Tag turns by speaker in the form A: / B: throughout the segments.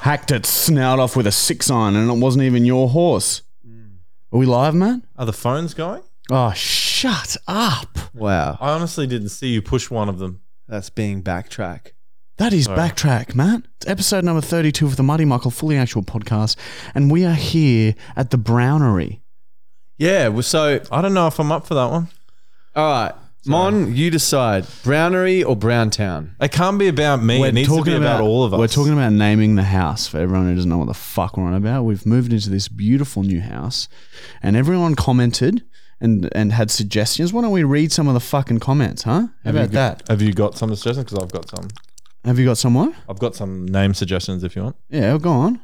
A: Hacked its snout off with a six iron, and it wasn't even your horse. Are we live, man?
B: Are the phones going?
A: Oh, shut up!
C: Wow.
B: I honestly didn't see you push one of them.
C: That's being backtrack.
A: That is
B: Sorry.
A: backtrack, man. It's episode number thirty-two of the Mighty Michael Fully Actual podcast, and we are here at the Brownery.
C: Yeah. Well, so,
B: I don't know if I'm up for that one.
C: all right. Mon, you decide. Brownery or Browntown?
B: It can't be about me. it needs to be about, all of us.
A: We're talking about naming the house for everyone who doesn't know what the fuck we're on about. We've moved into this beautiful new house, and everyone commented and and had suggestions. Why don't we read some of the fucking comments, huh?
B: you
A: How about
B: got-
A: that?
B: Have you got some suggestions? Because I've got some.
A: Have you got someone?
B: I've got some name suggestions if you want.
A: Yeah, go on.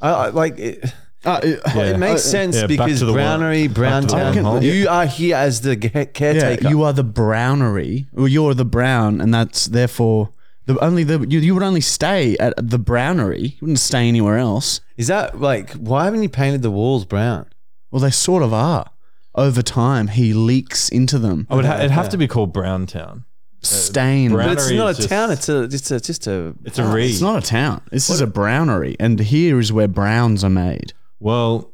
C: I, I, like, it,
A: Uh, it-
C: it makes sense
B: yeah, back
C: because
B: to the worm.
C: Brownery,
B: Back to the
C: Browntown,
B: wormhole.
C: you are here as the ca-
A: yeah,
C: caretaker.
A: you are the brownery. Well, you're the brown, and that's therefore the only the you, you would only stay at the brownery. You wouldn't stay anywhere else.
C: Is that like, why haven't you painted the walls brown?
A: Well, they sort of are. Over time, he leaks into them.
B: I would ha- it'd have to be called Browntown.
A: Stain.
B: brown-
C: But it's
B: Brownery
C: not
B: is
C: a
B: just-
C: town. It's a, it's a, just a.
B: It's a reed.
A: It's not a town. This is a brownery, and here is where browns are made.
B: well,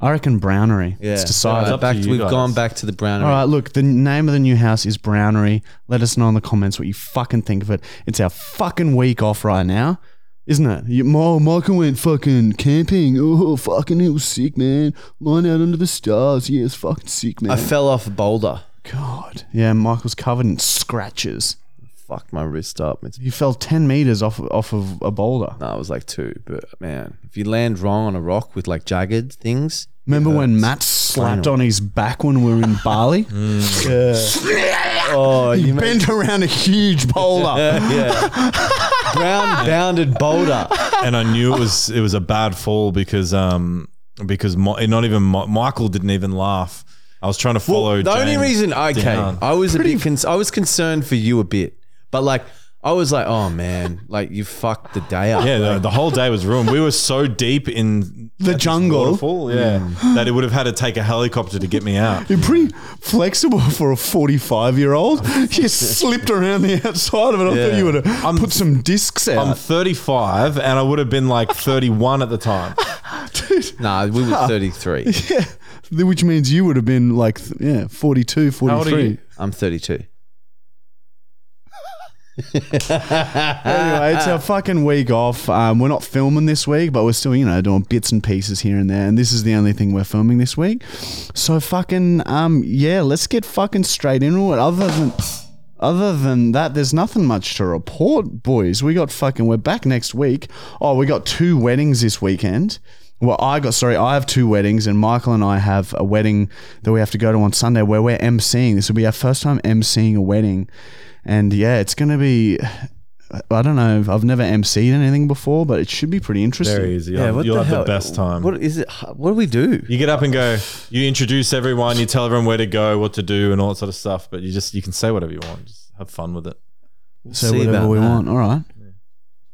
A: I reckon brownery.
C: Yeah.
A: It's decided.
B: It's
C: Alright,
B: up to
C: back,
B: you
C: we've
B: guys.
C: gone back to the Brownery.
A: All right, look, the name of the new house is Brownery. Let us know in the comments what you fucking think of it. It's our fucking week off right now, isn't it? You, Mo, Michael went fucking camping. Oh, fucking, it was sick, man. Lying out under the stars. Yeah, it's fucking sick, man.
C: I fell off a boulder.
A: God. Yeah, Michael's covered in scratches.
C: Fucked my wrist up. It's
A: You fell 10 meters off, off of a boulder.
C: No, it was like two, but man, if you land wrong on a rock with like jagged things,
A: Remember when Matt slapped on his back when we were in Bali?
C: oh,
A: He
C: you made,
A: bent around a huge boulder.
C: yeah, brown bounded boulder.
B: and I knew it was it was a bad fall because um because Mi- not even Mi- Michael didn't even laugh. I was trying to follow.
C: the only
B: James
C: reason, okay,
B: down.
C: I was a bit, cons- I was concerned for you a bit, but like, I was like, oh man, like you fucked the day up.
B: Yeah, the, the whole day was ruined. We were so deep in
A: The
B: at this
A: jungle.
B: waterfall, yeah, that it would have had to take a helicopter to get me out.
A: You're pretty flexible for a 45 year old. You slipped around the outside of it. I thought
C: Yeah.
A: you would have
B: I'm-
A: put some discs
B: I'm
A: out.
B: 35, and I would have been like 31 at the time.
A: Dude,
C: Nah, we were 33.
A: yeah. Which means you would have been like, th- yeah, 42,
B: How old are
A: 43.
B: you?
C: I'm 32.
B: Ah,
A: Anyway, it's our fucking week off. Um, we're not filming this week, but we're still, you know, doing bits and pieces here and there. And this is the only thing we're filming this week. So fucking, um, yeah, let's get fucking straight into it. Other than, other than that, there's nothing much to report, boys. We got fucking, we're back next week. Oh, we got two weddings this weekend. Well, I got sorry. I have two weddings, and Michael and I have a wedding that we have to go to on Sunday where we're emceeing. This will be our first time emceeing a wedding, and yeah, it's gonna be. I don't know. I've never emceed anything before, but it should be pretty interesting.
B: Very easy. Yeah, You'll have the best time.
C: What is it? What do we do?
B: you get up and go. You introduce everyone. You tell everyone where to go, what to do, and all that sort of stuff. But you just you can say whatever you want. Just have fun with it.
A: so
C: See
A: whatever
C: about
A: we
C: that.
A: want. All right.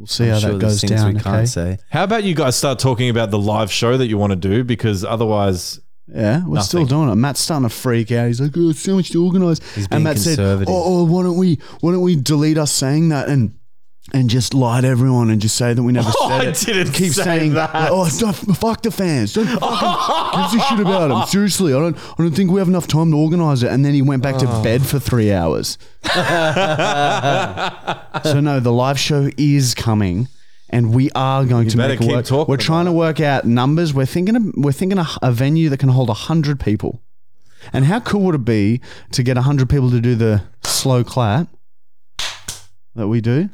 A: We'll see how
C: sure
A: that
C: there's
A: goes
C: things
A: down.
C: we
A: okay.
C: can't say.
B: How about you guys start talking about the live show that you want to do? Because otherwise,
A: Yeah, we're still
B: Nothing.
A: doing it. Matt's starting to freak out. He's like, "Oh, it's so much to organise."
C: He's being
A: And Matt said, oh,
C: conservative.
A: "Oh, why don't we? Why don't we delete us saying that and and just lie to everyone and just say that we never
B: Oh,
A: said
B: I
A: it."
B: didn't
A: keep
B: say
A: saying
B: that.
A: like, "Oh, it's not, fuck the fans. Don't fucking gives a shit about them. Seriously, I don't. I don't think we have enough time to organise it." And then he went back
B: Oh.
A: to bed for three hours. so no, the live show is coming. And we are going to
B: better
A: make it
B: keep
A: work.
B: talking
A: We're
B: about
A: trying to work out numbers. We're thinking of, we're thinking of a venue that can hold hundred people. And how cool would it be to get hundred people to do the slow clap that we do?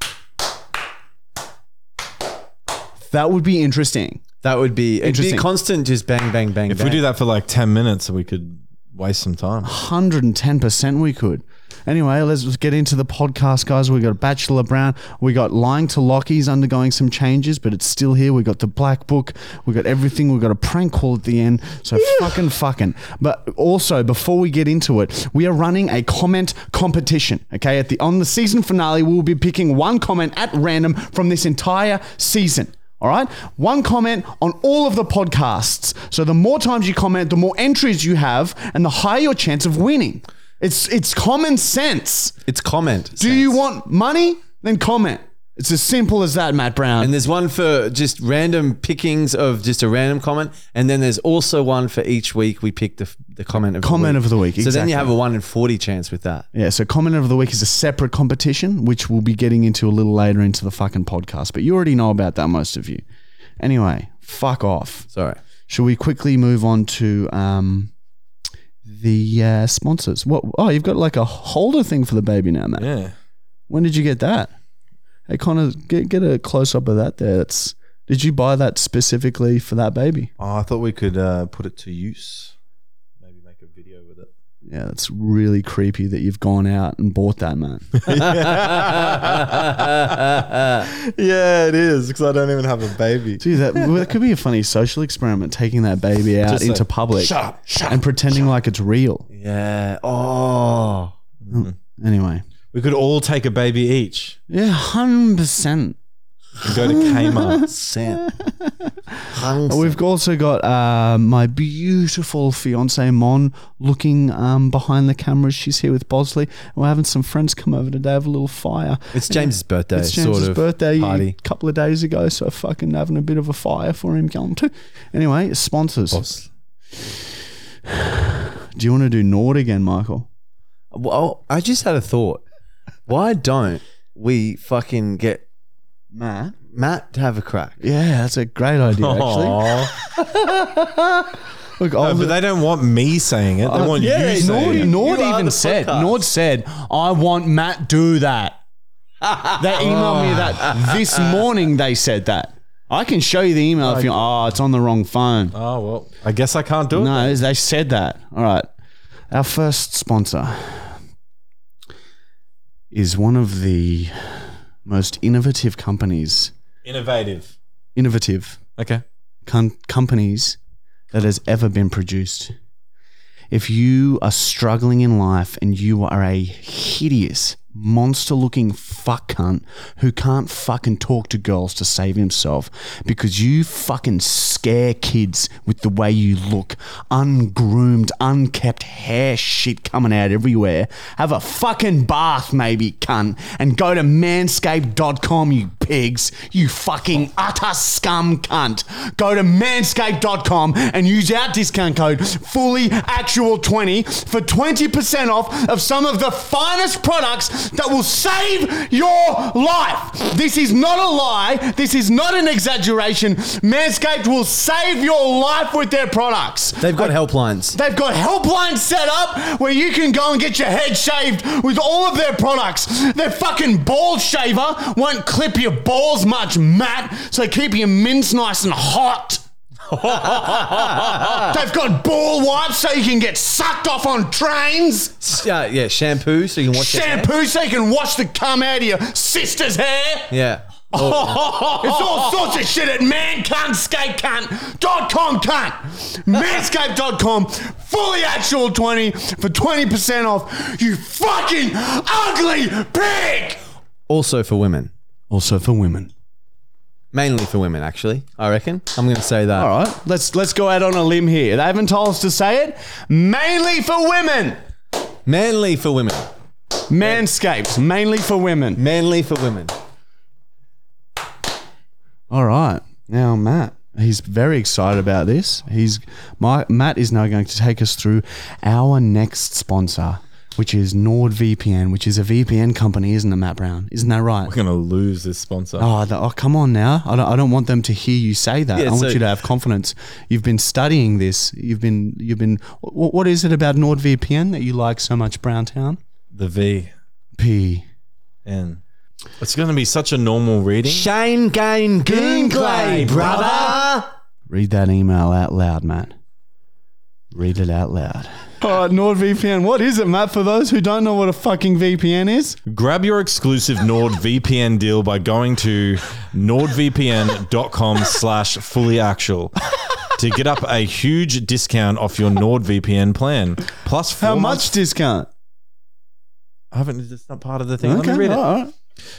A: That would be interesting.
C: That would be it'd be
A: Interesting.
C: constant, just bang, bang, bang.
B: if we do that for like 10 minutes, we could waste some time.
A: Hundred and ten percent, we could. Anyway, let's just get into the podcast, guys. We got Bachelor Brown. We got Lying to Lockie's undergoing some changes, but it's still here. We got the Black Book. We got everything. We got a prank call at the end. So fucking fucking. But also before we get into it, we are running a comment competition. Okay, at the on the season finale, we will be picking one comment at random from this entire season. All right? One comment on all of the podcasts. So the more times you comment, the more entries you have, and the higher your chance of winning. It's it's common sense.
C: It's comment.
A: Do you want money? Then comment. It's as simple as that, Matt Brown.
C: And there's one for just random pickings of just a random comment, and then there's also one for each week we pick the, the comment of
A: Comment
C: the
A: of the week,
C: So then
A: exactly.
C: you have a one in forty chance with that.
A: yeah, so comment of the week is a separate competition, which we'll be getting into a little later into the fucking podcast. But you already know about that, most of you. Anyway, fuck off.
C: Sorry.
A: Shall we quickly move on to um, the uh, sponsors? What? Oh, you've got like a holder thing for the baby now, Matt.
B: Yeah.
A: When did you get that? Hey, Connor, get, get a close up of that there. That's, did you buy that specifically for that baby?
B: Oh, I thought we could uh, put it to use. Maybe make a video with it.
A: Yeah, that's really creepy that you've gone out and bought that, man.
B: Yeah, it is because I don't even have a baby.
A: Dude, that, well, that could be a funny social experiment taking that baby out into public and pretending like it's real.
C: Yeah. Oh.
A: Anyway,
B: We could all take a baby each
A: yeah, 100%.
B: and go to Kmart.
C: Sam.
A: Well, We've also got uh, my beautiful fiance Mon looking um, behind the cameras. She's here with Bosley. We're having some friends come over today. Have a little fire.
C: It's James's birthday.
A: It's James's
C: sort of
A: birthday a
C: party.
A: couple of days ago, so fucking having a bit of a fire for him going too. Anyway, sponsors. Do you want to do Nord again, Michael?
C: Well, I just had a thought. Why don't we fucking get
A: Matt.
C: Matt to have a crack?
A: Yeah, that's a great idea. Actually,
B: Aw.
A: look,
B: No, but they don't want me saying it. They want you saying
A: Nord,
B: it.
A: Nord
C: You are
A: even
C: the
A: said,
C: podcast.
A: Nord said, I want Matt do that. they emailed me
B: Ah.
A: that this morning. They said that. I can show you the email if you. Oh, it's on the wrong phone.
B: Oh well, I guess I can't do it.
A: No, they said that. All right. Our first sponsor is one of the most innovative companies,
B: Innovative.
A: innovative
B: Okay.
A: com- companies that has ever been produced. If you are struggling in life and you are a hideous, monster looking fuck cunt who can't fucking talk to girls to save himself because you fucking scare kids with the way you look, ungroomed, unkept hair shit coming out everywhere, have a fucking bath, maybe, cunt, and go to manscaped.com, you pigs, you fucking utter scum cunt. Go to manscaped.com and use our discount code fully actual 20 for 20% off of some of the finest products that will save your life. This is not a lie. This is not an exaggeration. Manscaped will save your life with their products.
C: They've got helplines.
A: They've got helplines set up where you can go and get your head shaved with all of their products. Their fucking ball shaver won't clip your balls much, Matt, so keep your mints nice and hot. They've got ball wipes so you can get sucked off on trains.
C: Yeah, yeah, shampoo so you can wash your hair.
A: Shampoo so you can wash the cum out of your sister's hair.
C: Yeah.
A: It's all sorts of shit at mancuntskatecunt.com cunt. Manscaped.com, fully actual 20 for 20% off. You fucking ugly pig!
C: Also for women.
A: Also for women.
C: Mainly for women, actually. I reckon. I'm going to say that.
A: All right, let's let's go out on a limb here. They haven't told us to say it. Mainly for women.
C: Manly for women.
A: Manscaped, mainly for women.
C: Manly for women.
A: All right, now Matt. He's very excited about this. He's my, Matt is now going to take us through our next sponsor, which is NordVPN, which is a VPN company, isn't it, Matt Brown? Isn't that right?
B: We're gonna lose this sponsor.
A: Oh, the, oh, come on now. I don't, I don't want them to hear you say that.
C: Yeah,
A: I want
C: so-
A: you to have confidence. You've been studying this. You've been, you've been, what, what is it about NordVPN that you like so much, Browntown?
B: The V
A: P.
B: N. It's gonna be such a normal reading.
C: Shane Gain Goonglay, brother.
A: Read that email out loud, Matt. Read it out loud. All right, NordVPN. What is it, Matt? For those who don't know what a fucking VPN is,
B: Grab your exclusive NordVPN deal by going to nordvpn.com slash fully actual to get up a huge discount off your NordVPN plan. Plus four
A: how much
B: months-
A: discount?
B: I haven't, it's not part of the thing. Let me
A: Okay,
B: read it.
A: all right.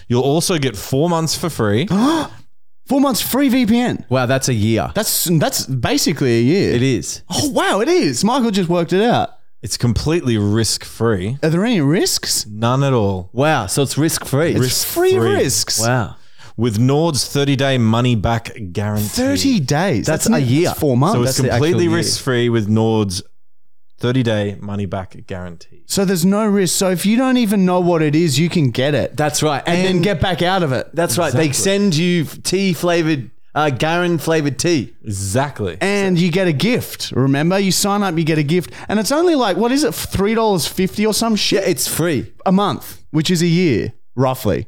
B: You'll also get four months for free.
A: Four months free VPN.
C: Wow, that's a year.
A: That's that's basically a year.
C: It is.
A: Oh wow, it is. Michael just worked it out.
B: It's completely risk free.
A: Are there any risks?
B: None at all.
C: Wow, so it's risk free.
A: It's free,
B: free.
A: risks.
C: Wow.
B: With Nord's 30 day money back guarantee.
A: Thirty days.
C: That's
A: not-
C: a year.
A: Four months.
B: So
A: So,
B: it's
C: That's the
B: completely
C: actual year.
B: risk free with Nord's 30 day money back guarantee.
A: there's no risk. So if you don't even know what it is, you can get it
C: That's right.
A: and, then get back out of it.
C: That's right. They send you tea flavored, uh, Garin flavored tea.
B: Exactly.
A: and you get a gift. Remember, you sign up, you get a gift, and it's only like what is it, three dollars fifty or some
C: Yeah,
A: shit
C: it's free.
A: a month, which is a year roughly.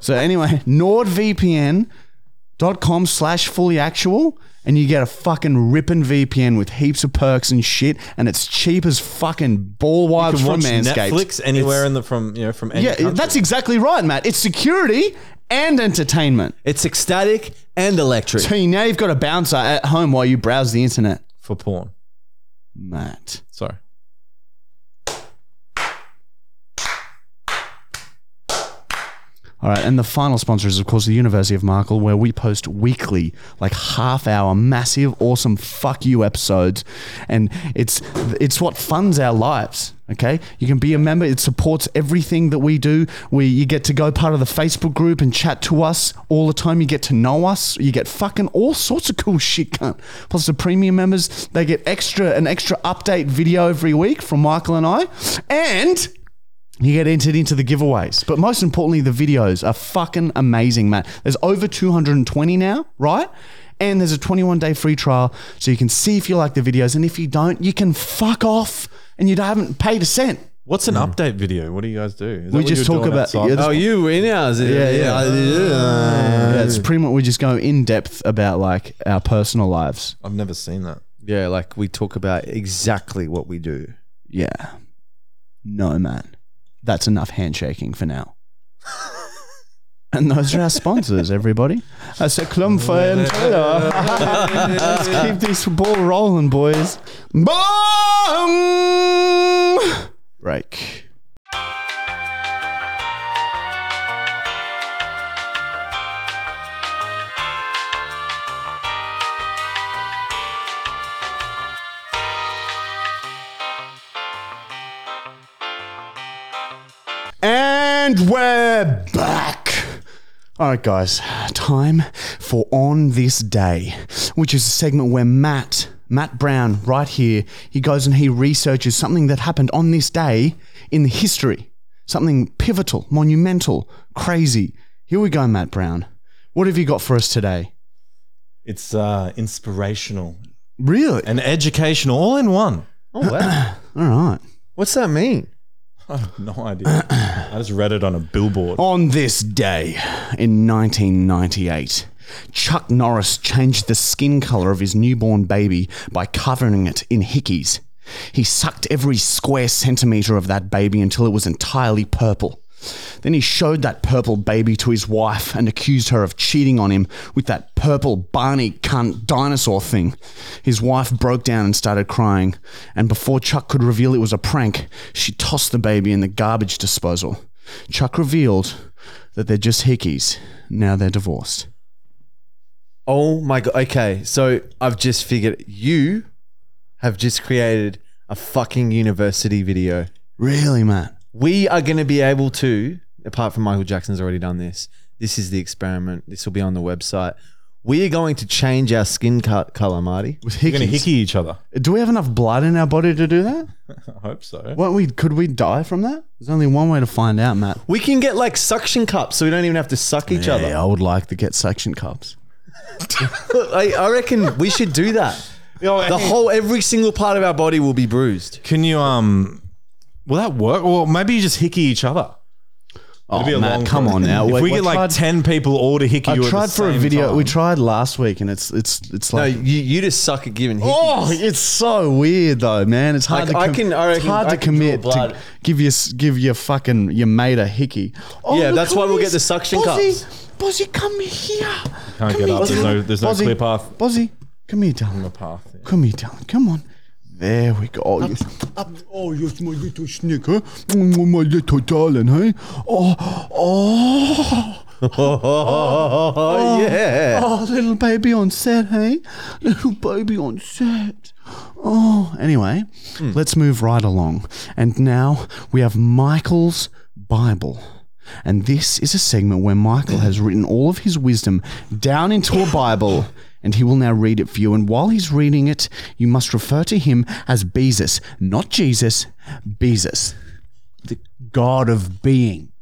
A: so anyway, NordVPN.com slash fully actual, and you get a fucking ripping VPN with heaps of perks and shit, and it's cheap as fucking ball
B: You
A: wipes
B: can
A: from
B: watch
A: Manscaped.
B: Netflix anywhere in the from you know from any
A: yeah,
B: country.
A: that's exactly right, Matt. It's security and entertainment.
C: It's ecstatic and electric.
A: So now you've got a bouncer at home while you browse the internet,
B: for porn.
A: Matt.
B: Sorry.
A: All right, and the final sponsor is, of course, the University of Markle, where we post weekly, like half-hour, massive, awesome "fuck you" episodes, and it's it's what funds our lives. Okay, you can be a member; it supports everything that we do. We you get to go part of the Facebook group and chat to us all the time. You get to know us. You get fucking all sorts of cool shit, cunt. Plus, the premium members they get extra an extra update video every week from Michael and I, and you get entered into the giveaways. But most importantly, the videos are fucking amazing, Matt. There's over 220 now, right? And there's a 21 day free trial so you can see if you like the videos. And if you don't, you can fuck off and you haven't paid a cent.
B: What's an update video? What do you guys do? Is that
A: Hmm. We
B: what
A: just
B: you're
A: talk
B: doing
A: about-
B: outside?
A: yeah,
C: Oh, you were in ours.
A: Yeah, yeah. yeah, Uh, it's pretty much we just go in depth about like our personal lives.
B: I've never seen that.
C: Yeah, like we talk about exactly what we do.
A: Yeah. No, man. That's enough handshaking for now. and those are our sponsors, everybody. That's a clump for and Let's keep this ball rolling, boys. Boom! Break. And we're back. All right, guys, time for On This Day, which is a segment where Matt, Matt Brown, right here, he goes and he researches something that happened on this day in the history. Something pivotal, monumental, crazy. Here we go, Matt Brown. What have you got for us today?
B: It's uh, inspirational
A: Really?
B: and educational, all in one.
C: Oh, wow.
A: All right.
C: What's that mean?
B: I have no idea. I just read it on a billboard.
A: On this day in 1998, Chuck Norris changed the skin color of his newborn baby by covering it in hickeys. He sucked every square centimeter of that baby until it was entirely purple. Then he showed that purple baby to his wife and accused her of cheating on him with that purple Barney cunt dinosaur thing. His wife broke down and started crying, and before Chuck could reveal it was a prank, she tossed the baby in the garbage disposal. Chuck revealed that they're just hickeys. Now they're divorced.
C: Oh my god. Okay, so I've just figured you have just created a fucking university video.
A: Really, Matt?
C: We are going to be able to, apart from Michael Jackson's already done this, this is the experiment. This will be on the website. We are going to change our skin co- color, Marty.
A: With
B: We're going to
A: hickeys?
B: hickey each other.
A: Do we have enough blood in our body to do that?
B: I hope so.
A: What we could we die from that? There's only one way to find out, Matt.
C: We can get like suction cups so we don't even have to suck each
A: Yeah,
C: other.
A: I would like to get suction cups.
C: I, I reckon we should do that.
B: Yo,
C: The
B: hey,
C: whole, every single part of our body will be bruised.
B: can you um? Will that work? Or maybe you just hickey each other.
A: Oh,
B: be a
A: Matt,
B: long
A: come on
B: process.
A: now.
B: If
A: Wait,
B: we
A: I
B: get like
A: tried-
B: ten people all to hickey
A: I
B: you at the
A: tried for a
B: same
A: video.
B: time-
A: We tried last week, and it's it's it's
C: No,
A: like
C: you, you just suck at giving. hickeys.
A: Oh, it's so weird though, man. It's hard
C: Like,
A: to.
C: I can- I
A: it's
C: reckon
A: hard
C: I
A: to
C: can draw
A: commit
C: blood.
A: to give your s- give your fucking your mate a hickey. Oh,
C: Yeah,
A: look
C: that's
A: who
C: why
A: it
C: we'll get
A: is.
C: the suction
A: Bozzy,
C: cups.
A: Bozzy, come here.
B: Can't
A: come
B: get
A: here,
B: up. There's
A: darling.
B: no- there's no
A: Bozzy,
B: clear path.
A: Bozzy, come here, darling.
B: path.
A: Come here, darling. Come on. There we go. Oh, yes. oh yes, my little snake, huh? Mm, My little darling, hey? Oh, oh.
C: Oh, yeah.
A: Oh, little baby on set, hey? Little baby on set. Oh, anyway, let's move right along. And now we have Michael's Bible. And this is a segment where Michael has written all of his wisdom down into a Bible. And he will now read it for you. And while he's reading it, you must refer to him as Beezus, not Jesus, Beezus, the God of being.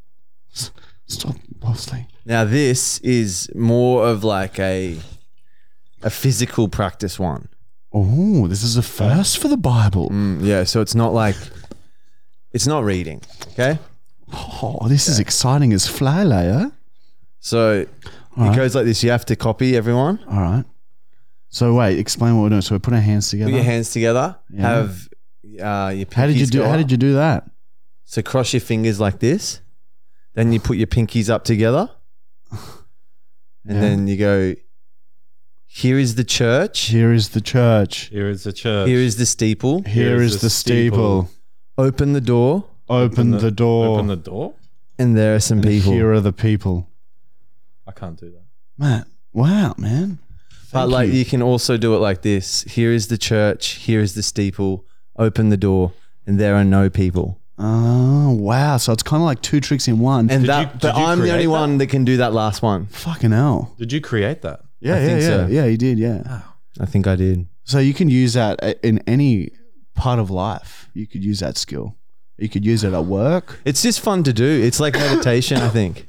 A: S- Stop, Bosley.
C: Now this is more of like a a physical practice one.
A: Oh, this is a first for the Bible.
C: Mm, yeah, so it's not like it's not reading. Okay,
A: Oh, this is exciting as fly layer.
C: so it goes like this. You have to copy everyone.
A: All right. So wait, explain what we're doing. So we put our hands together.
C: Put your hands together. Have uh, your
A: how did you do? How did you do that?
C: So cross your fingers like this. Then you put your pinkies up together. And
A: Yeah.
C: then you go, here is the church.
A: Here is the church.
B: Here is the church.
C: Here is the steeple.
A: Here is, the steeple.
C: Open the door.
A: Open, the, door.
B: Open the door.
C: And there are some
A: and
C: people.
A: Here are the people.
B: I can't do that.
A: Matt, wow, man.
C: but
A: Thank
C: like
A: you.
C: you. can also do it like this. Here is the church. Here is the steeple. Open the door. And there are no people.
A: Oh wow! So it's kind of like two tricks in one.
C: And
B: Did
C: that,
B: you-
C: but
B: did you
C: I'm the
B: create
C: only
B: that?
C: one that can do that last one.
A: fucking hell.
B: Did you create that?
A: Yeah,
C: I
A: yeah,
C: think
A: yeah,
C: so. Ah.
A: yeah. You did, yeah.
C: I think I did.
A: So you can use that a- in any part of life. You could use that skill. You could use it at work.
C: It's just fun to do. It's like meditation, I think.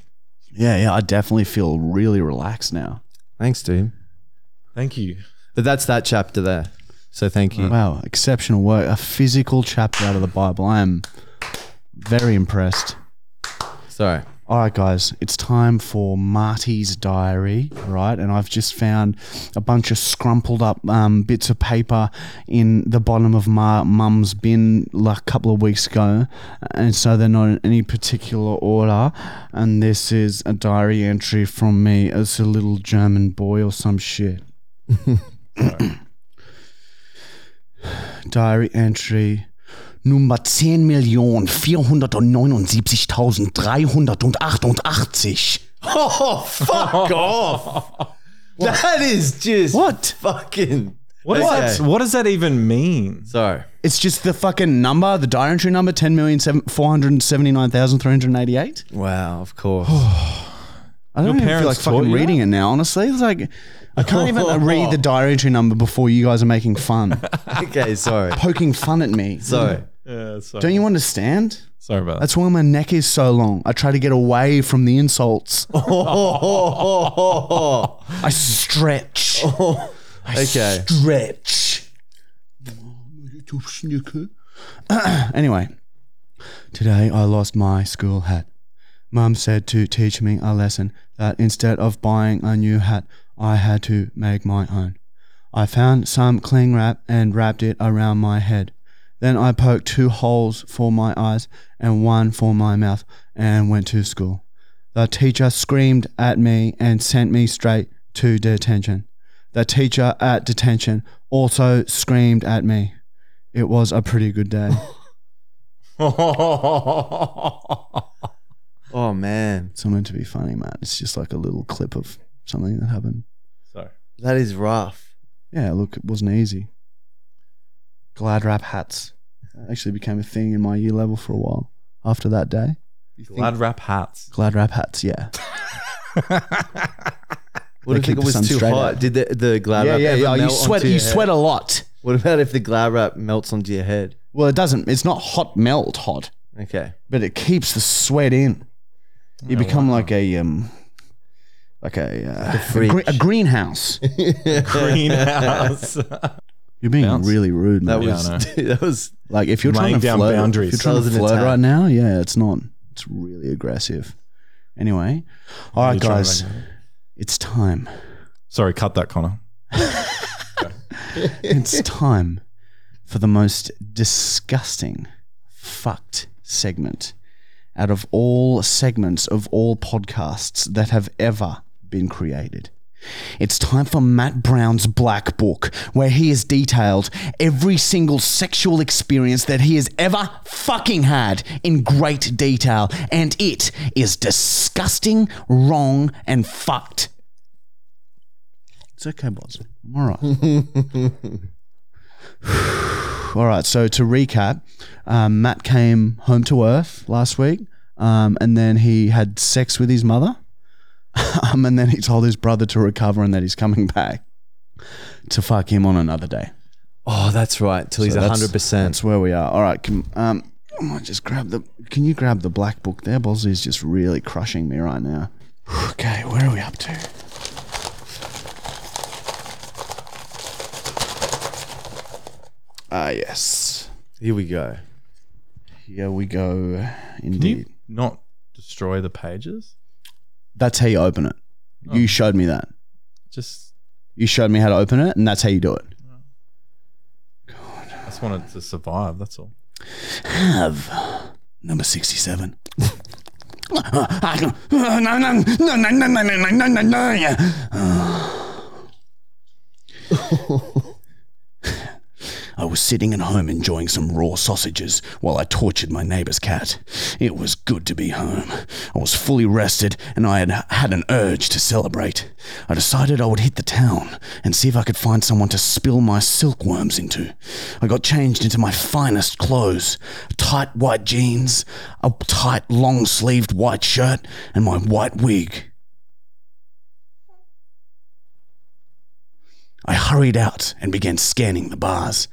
A: Yeah, yeah, I definitely feel really relaxed now.
C: Thanks, dude.
B: Thank you.
C: But that's that chapter there. So thank you.
A: Wow, exceptional work. A physical chapter out of the Bible. I am very impressed.
C: Sorry.
A: All right, guys, it's time for Marty's diary, all right? And I've just found a bunch of scrumpled up um, bits of paper in the bottom of my mum's bin like a couple of weeks ago. And so they're not in any particular order. And this is a diary entry from me as a little German boy or some shit. diary entry Nummer 10.479.388.
C: Oh, fuck off. That is just
A: What?
C: fucking.
B: What, is
C: Okay.
B: that, what does that even mean?
C: Sorry.
A: It's just the fucking number, the diary entry number, 10,479,388.
C: Wow, of course.
A: I don't
B: Your
A: even feel like
B: parents taught
A: fucking
B: you
A: reading it now, honestly. It's like, I can't even read the diary entry number before you guys are making fun,
C: okay, sorry.
A: poking fun at me.
C: Sorry.
B: Yeah, sorry.
A: Don't you understand?
B: sorry about that.
A: That's why my neck is so long. I try to get away from the insults. I stretch.
C: Okay.
A: Stretch. anyway, today I lost my school hat. Mum said to teach me a lesson that instead of buying a new hat, I had to make my own. I found some cling wrap and wrapped it around my head. Then I poked two holes for my eyes and one for my mouth and went to school. The teacher screamed at me and sent me straight to detention. The teacher at detention also screamed at me. It was a pretty good day.
C: Oh, man.
A: it's not meant to be funny, Matt. It's just like a little clip of something that happened.
B: sorry.
C: That is rough.
A: Yeah, look, it wasn't easy. Glad wrap hats. That actually became a thing in my year level for a while after that day.
B: Glad wrap hats.
A: Glad wrap hats, yeah.
C: What
A: They
C: if it
A: keep the
C: was
A: sun
C: too
A: straight
C: hot?
A: out.
C: Did the, the glad wrap ever melt onto your head?
A: a lot.
C: What about if the glad wrap melts onto your head?
A: Well, it doesn't. It's not hot melt hot,
C: Okay.
A: but it keeps the sweat in. You
B: Oh,
A: become like a um, like a uh, a,
C: fridge.
A: gre- a greenhouse.
B: Greenhouse.
A: You're being
B: Bounce.
A: really rude,
C: That
A: man.
C: was,
B: I
C: that was,
A: Like if you're
B: Laying
A: trying to
B: down
A: flirt,
B: boundaries.
A: if you're trying
C: That
A: to
C: was an
A: flirt
C: attack.
A: right now, yeah, it's not. It's really aggressive.
D: Anyway, all right,
B: You're trying to
D: guys,
B: make-
D: it's time.
B: Sorry, cut that, Connor.
D: It's time for the most disgusting, fucked segment out of all segments of all podcasts that have ever been created. It's time for Matt Brown's Black Book, where he has detailed every single sexual experience that he has ever fucking had in great detail. And it is disgusting, wrong, and fucked. It's okay, boss. I'm all right. all right. So to recap, um, Matt came home to Earth last week, um, and then he had sex with his mother, um, and then he told his brother to recover and that he's coming back to fuck him on another day.
A: Oh, that's right. Till he's
D: So that's-
A: hundred percent.
D: That's where we are. All right. Can, um, I might just grab the. Can you grab the black book there? Bosley is just really crushing me right now. Okay, where are we up to? Ah, yes.
A: Here we go.
D: Here we go.
B: Can
D: Indeed.
B: you not destroy the pages?
D: That's how you open it. You showed me that.
B: Just
D: You showed me how to open it, and that's how you do it.
B: I just wanted to survive. That's all.
D: have number 67 no no no no no no no no no no no I was sitting at home enjoying some raw sausages while I tortured my neighbour's cat. It was good to be home. I was fully rested and I had had an urge to celebrate. I decided I would hit the town and see if I could find someone to spill my silkworms into. I got changed into my finest clothes tight white jeans, a tight long sleeved white shirt, and my white wig. I hurried out and began scanning the bars.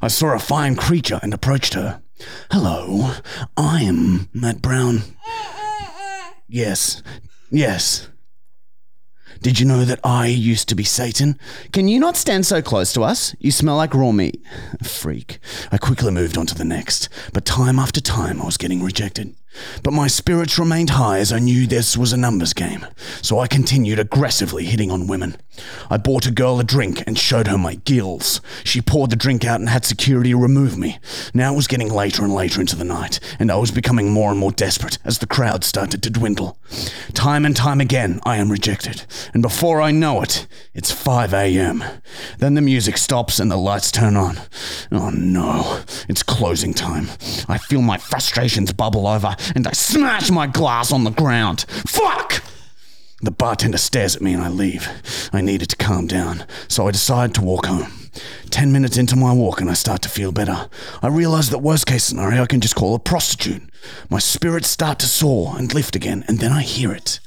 D: I saw a fine creature and approached her. Hello, I am Matt Brown. Yes, yes. Did you know that I used to be Satan? Can you not stand so close to us? You smell like raw meat. Freak. I quickly moved on to the next, but time after time I was getting rejected. But my spirits remained high as I knew this was a numbers game, so I continued aggressively hitting on women. I bought a girl a drink and showed her my gills. She poured the drink out and had security remove me. Now it was getting later and later into the night, and I was becoming more and more desperate as the crowd started to dwindle. Time and time again, I am rejected, and before I know it, it's 5 a.m. Then the music stops and the lights turn on. Oh no, it's closing time. I feel my frustrations bubble over, and I smash my glass on the ground. Fuck! The bartender stares at me and I leave. I needed to calm down, so I decide to walk home. Ten minutes into my walk and I start to feel better. I realize that worst case scenario, I can just call a prostitute. My spirits start to soar and lift again, and then I hear it.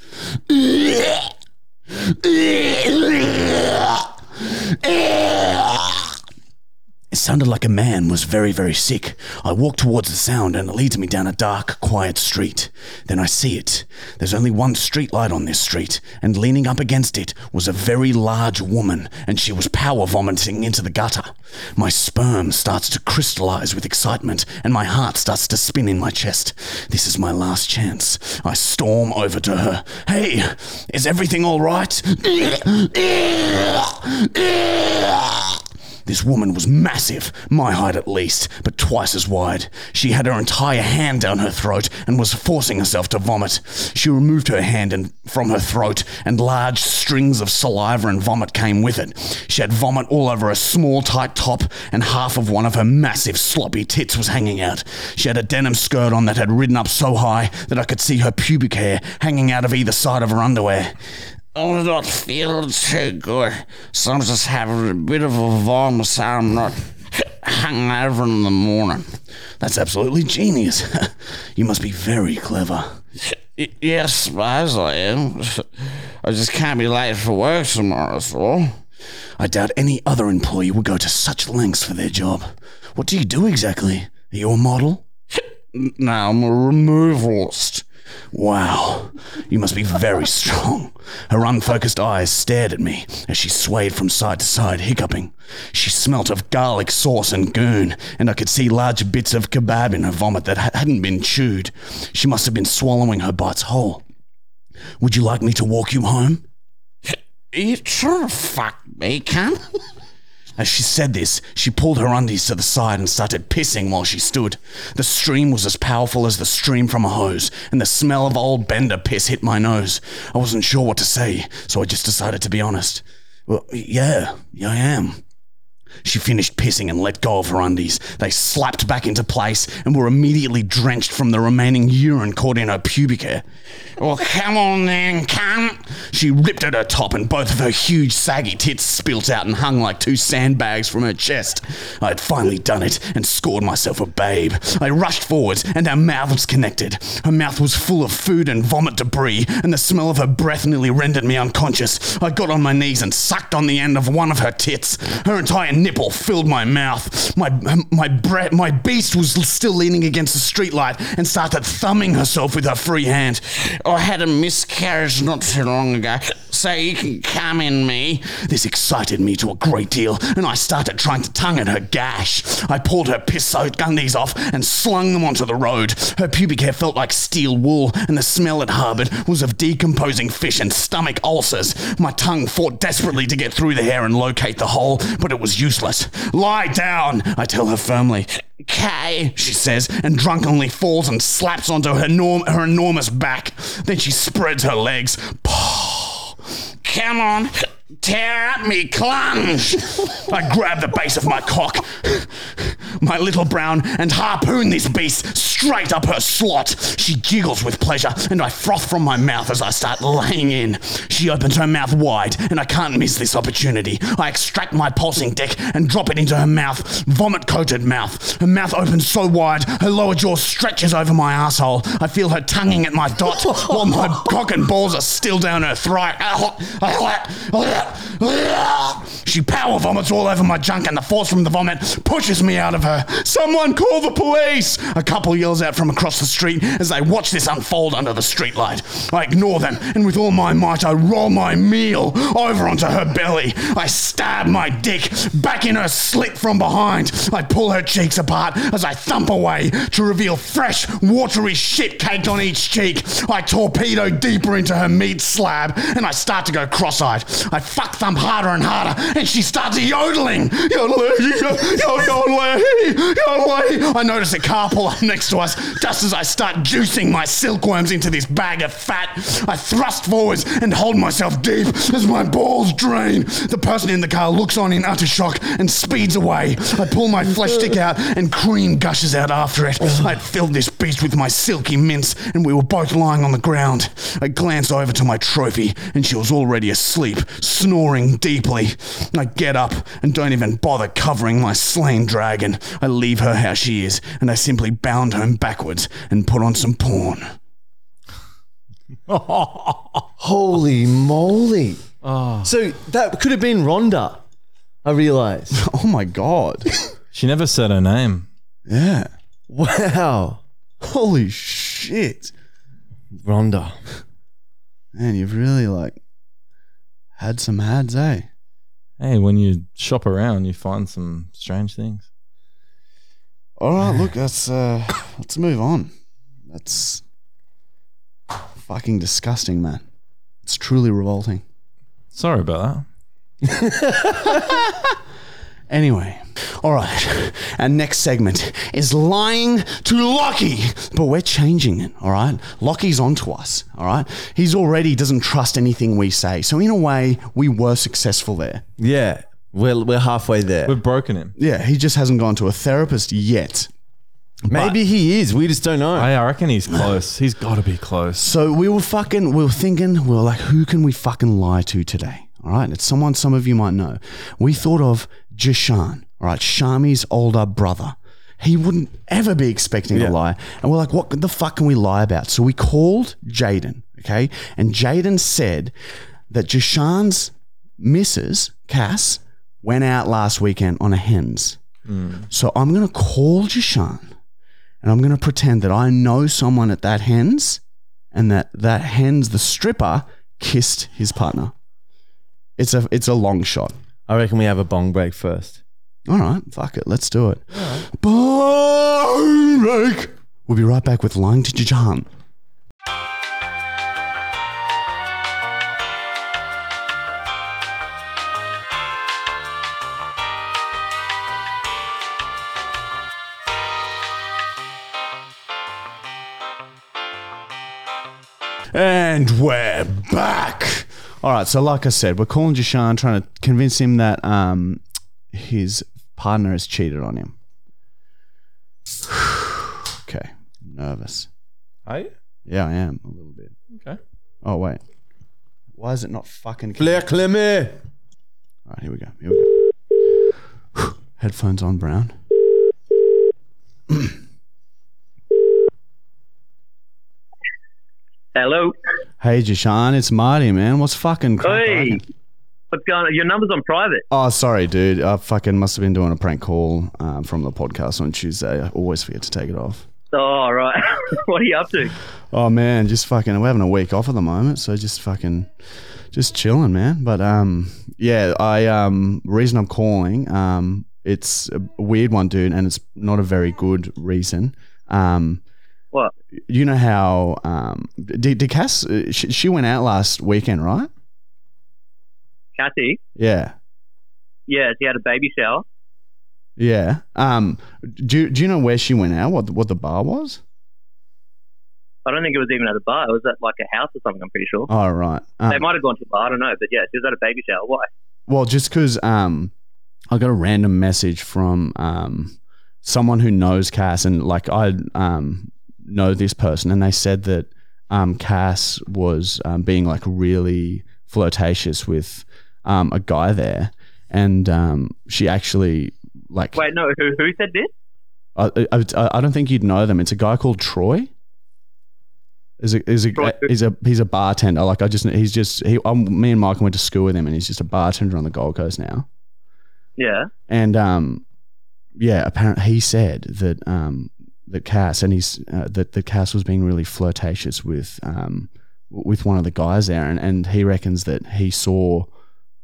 D: It sounded like a man was very, very sick. I walk towards the sound and it leads me down a dark, quiet street. Then I see it. There's only one street light on this street, and leaning up against it was a very large woman, and she was power vomiting into the gutter. My sperm starts to crystallize with excitement, and my heart starts to spin in my chest. This is my last chance. I storm over to her. Hey, is everything all right? This woman was massive, my height at least, but twice as wide. She had her entire hand down her throat and was forcing herself to vomit. She removed her hand and from her throat, and large strings of saliva and vomit came with it. She had vomit all over her small, tight top, and half of one of her massive, sloppy tits was hanging out. She had a denim skirt on that had ridden up so high that I could see her pubic hair hanging out of either side of her underwear. I'm not feeling too good. So I'm just having a bit of a vomit, so I'm not hungover in the morning. That's absolutely genius. you must be very clever. Yes, I I am. I just can't be late for work tomorrow, that's all. I doubt any other employee would go to such lengths for their job. What do you do exactly? Are you a model? No, I'm a removalist. Wow, you must be very strong. Her unfocused eyes stared at me as she swayed from side to side, hiccuping. She smelt of garlic sauce and goon, and I could see large bits of kebab in her vomit that ha- hadn't been chewed. She must have been swallowing her bites whole. Would you like me to walk you home?
E: You sure fuck me, cunt.
D: As she said this, she pulled her undies to the side and started pissing while she stood. The stream was as powerful as the stream from a hose, and the smell of old bender piss hit my nose. I wasn't sure what to say, so I just decided to be honest. Well, yeah, yeah, I am. She finished pissing and let go of her undies. They slapped back into place and were immediately drenched from the remaining urine caught in her pubic hair. "Oh,
E: Well, come on then, cunt.
D: She ripped at her top, and both of her huge, saggy tits spilt out and hung like two sandbags from her chest. I had finally done it and scored myself a babe. I rushed forwards, and our mouths connected. Her mouth was full of food and vomit debris, and the smell of her breath nearly rendered me unconscious. I got on my knees and sucked on the end of one of her tits. Her entire nipple filled my mouth. My my breath, my beast was still leaning against the streetlight and started thumbing herself with her free hand.
E: I had a miscarriage not too long ago, so you can come in me.
D: This excited me to a great deal, and I started trying to tongue at her gash. I pulled her piss soaked gundies off and slung them onto the road. Her pubic hair felt like steel wool, and the smell it harbored was of decomposing fish and stomach ulcers. My tongue fought desperately to get through the hair and locate the hole, but it was useless. Lie down, I tell her firmly.
E: Okay.
D: She says, and drunkenly falls and slaps onto her, norm- her enormous back. Then she spreads her legs.
E: Come on. Tear up me clunge.
D: I grab the base of my cock, my little brown, and harpoon this beast straight up her slot. She giggles with pleasure, and I froth from my mouth as I start laying in. She opens her mouth wide, and I can't miss this opportunity. I extract my pulsing dick and drop it into her mouth, vomit coated mouth. Her mouth opens so wide, her lower jaw stretches over my asshole. I feel her tonguing at my dot while my cock and balls are still down her throat. She power vomits all over my junk, and the force from the vomit pushes me out of her. Someone call the police! A couple yells out from across the street as they watch this unfold under the streetlight. I ignore them, and with all my might, I roll my meal over onto her belly. I stab my dick back in her slit from behind. I pull her cheeks apart as I thump away to reveal fresh, watery shit caked on each cheek. I torpedo deeper into her meat slab, and I start to go cross eyed. I fuck thump harder and harder, and she starts yodeling. Yodeling, yodeling, yodeling. I notice a car pull up next to us just as I start juicing my silkworms into this bag of fat. I thrust forwards and hold myself deep as my balls drain. The person in the car looks on in utter shock and speeds away. I pull my flesh stick out, and cream gushes out after it. I had filled this beast with my silky mints, and we were both lying on the ground. I glance over to my trophy, and she was already asleep, snoring deeply. I get up and don't even bother covering my slain dragon. I leave her how she is, and I simply bound home backwards and put on some porn.
C: Holy moly. So that could have been Rhonda, I realize.
D: Oh my god.
B: She never said her name.
D: Yeah.
C: wow.
D: Holy shit.
C: Rhonda.
D: Man, you've really like had some hads, eh?
B: Hey, when you shop around, you find some strange things.
D: All right, look, that's uh, let's move on. That's fucking disgusting, man. It's truly revolting.
B: Sorry about that.
D: Anyway, all right, our next segment is lying to Lockie, but we're changing it, all right? Lockie's onto us, all right? He's already doesn't trust anything we say, so in a way, we were successful there.
C: Yeah. We're, we're halfway there.
B: We've broken him.
D: Yeah, he just hasn't gone to a therapist yet.
C: Maybe he is. We just don't know.
B: I I reckon he's close. He's got to be close.
D: So we were fucking, we were thinking, we were like, who can we fucking lie to today? All right. And it's someone some of you might know. We thought of Jashan, all right, Shami's older brother. He wouldn't ever be expecting a lie. And we're like, what the fuck can we lie about? So we called Jaden, okay? And Jaden said that Jashan's missus, Cass, went out last weekend on a hens. So I'm going to call Jashan and I'm going to pretend that I know someone at that hens and that that hens the stripper kissed his partner. It's a it's a long shot.
C: I reckon we have a bong break first.
D: All right, fuck it, let's do it. Bong break. We'll be right back with lying to Jahan.
A: And we're back. All right, so like I said, we're calling Jashan, trying to convince him that um, his partner has cheated on him. okay, nervous.
B: Hey?
A: Yeah, I am a little bit.
B: Okay.
A: Oh wait, why is it not fucking?
C: Blair Clemmer.
A: All right, here we go. Here we go. Headphones on, Brown.
F: Hello.
A: Hey, Jashan, it's Marty, man. What's fucking?
F: Hey.
A: cracking?
F: What's going on? Your number's on private.
A: Oh, sorry, dude. I fucking must have been doing a prank call um, from the podcast on Tuesday. I always forget to take it off.
F: Oh, right. what are you up to?
A: Oh man, just fucking. We're having a week off at the moment, so just fucking, just chilling, man. But um, yeah, I um, reason I'm calling um, it's a weird one, dude, and it's not a very good reason. Um,
F: What?
A: you know how um, did, did Cass? uh, She, she went out last weekend, right?
F: Cathy?
A: Yeah.
F: Yeah, she had a baby shower.
A: Yeah. Um. Do Do you know where she went out? What the, What the bar was?
F: I don't think it was even at a bar. It was at like a house or something, I'm pretty sure.
A: Oh right. Um,
F: They might have gone to a bar. I don't know. But yeah, she was at a baby shower. Why?
A: Well, just because um, I got a random message from um, someone who knows Cass, and like I um, know this person, and they said that um, Cass was um, being like really flirtatious with um, a guy there, and um, she actually like
F: Wait, no. Who, who said this?
A: I, I, I- I don't think you'd know them. It's a guy called Troy. Is a is a
F: Troy who?
A: he's a he's a bartender. Like I just he's just he um, me and Michael went to school with him, and he's just a bartender on the Gold Coast now.
F: Yeah.
A: And um, yeah, apparently he said that um, that Cass and he's uh, that that Cass was being really flirtatious with um, w- with one of the guys there, and, and he reckons that he saw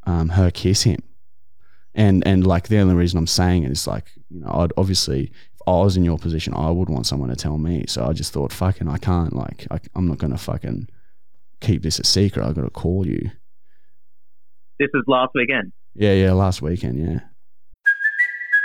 A: um, her kiss him. And and like the only reason I'm saying it is like you know I'd obviously if I was in your position I would want someone to tell me. So I just thought fucking I can't like I, I'm not gonna fucking keep this a secret. I got to call you.
F: This was last weekend.
A: Yeah, yeah. Last weekend, yeah.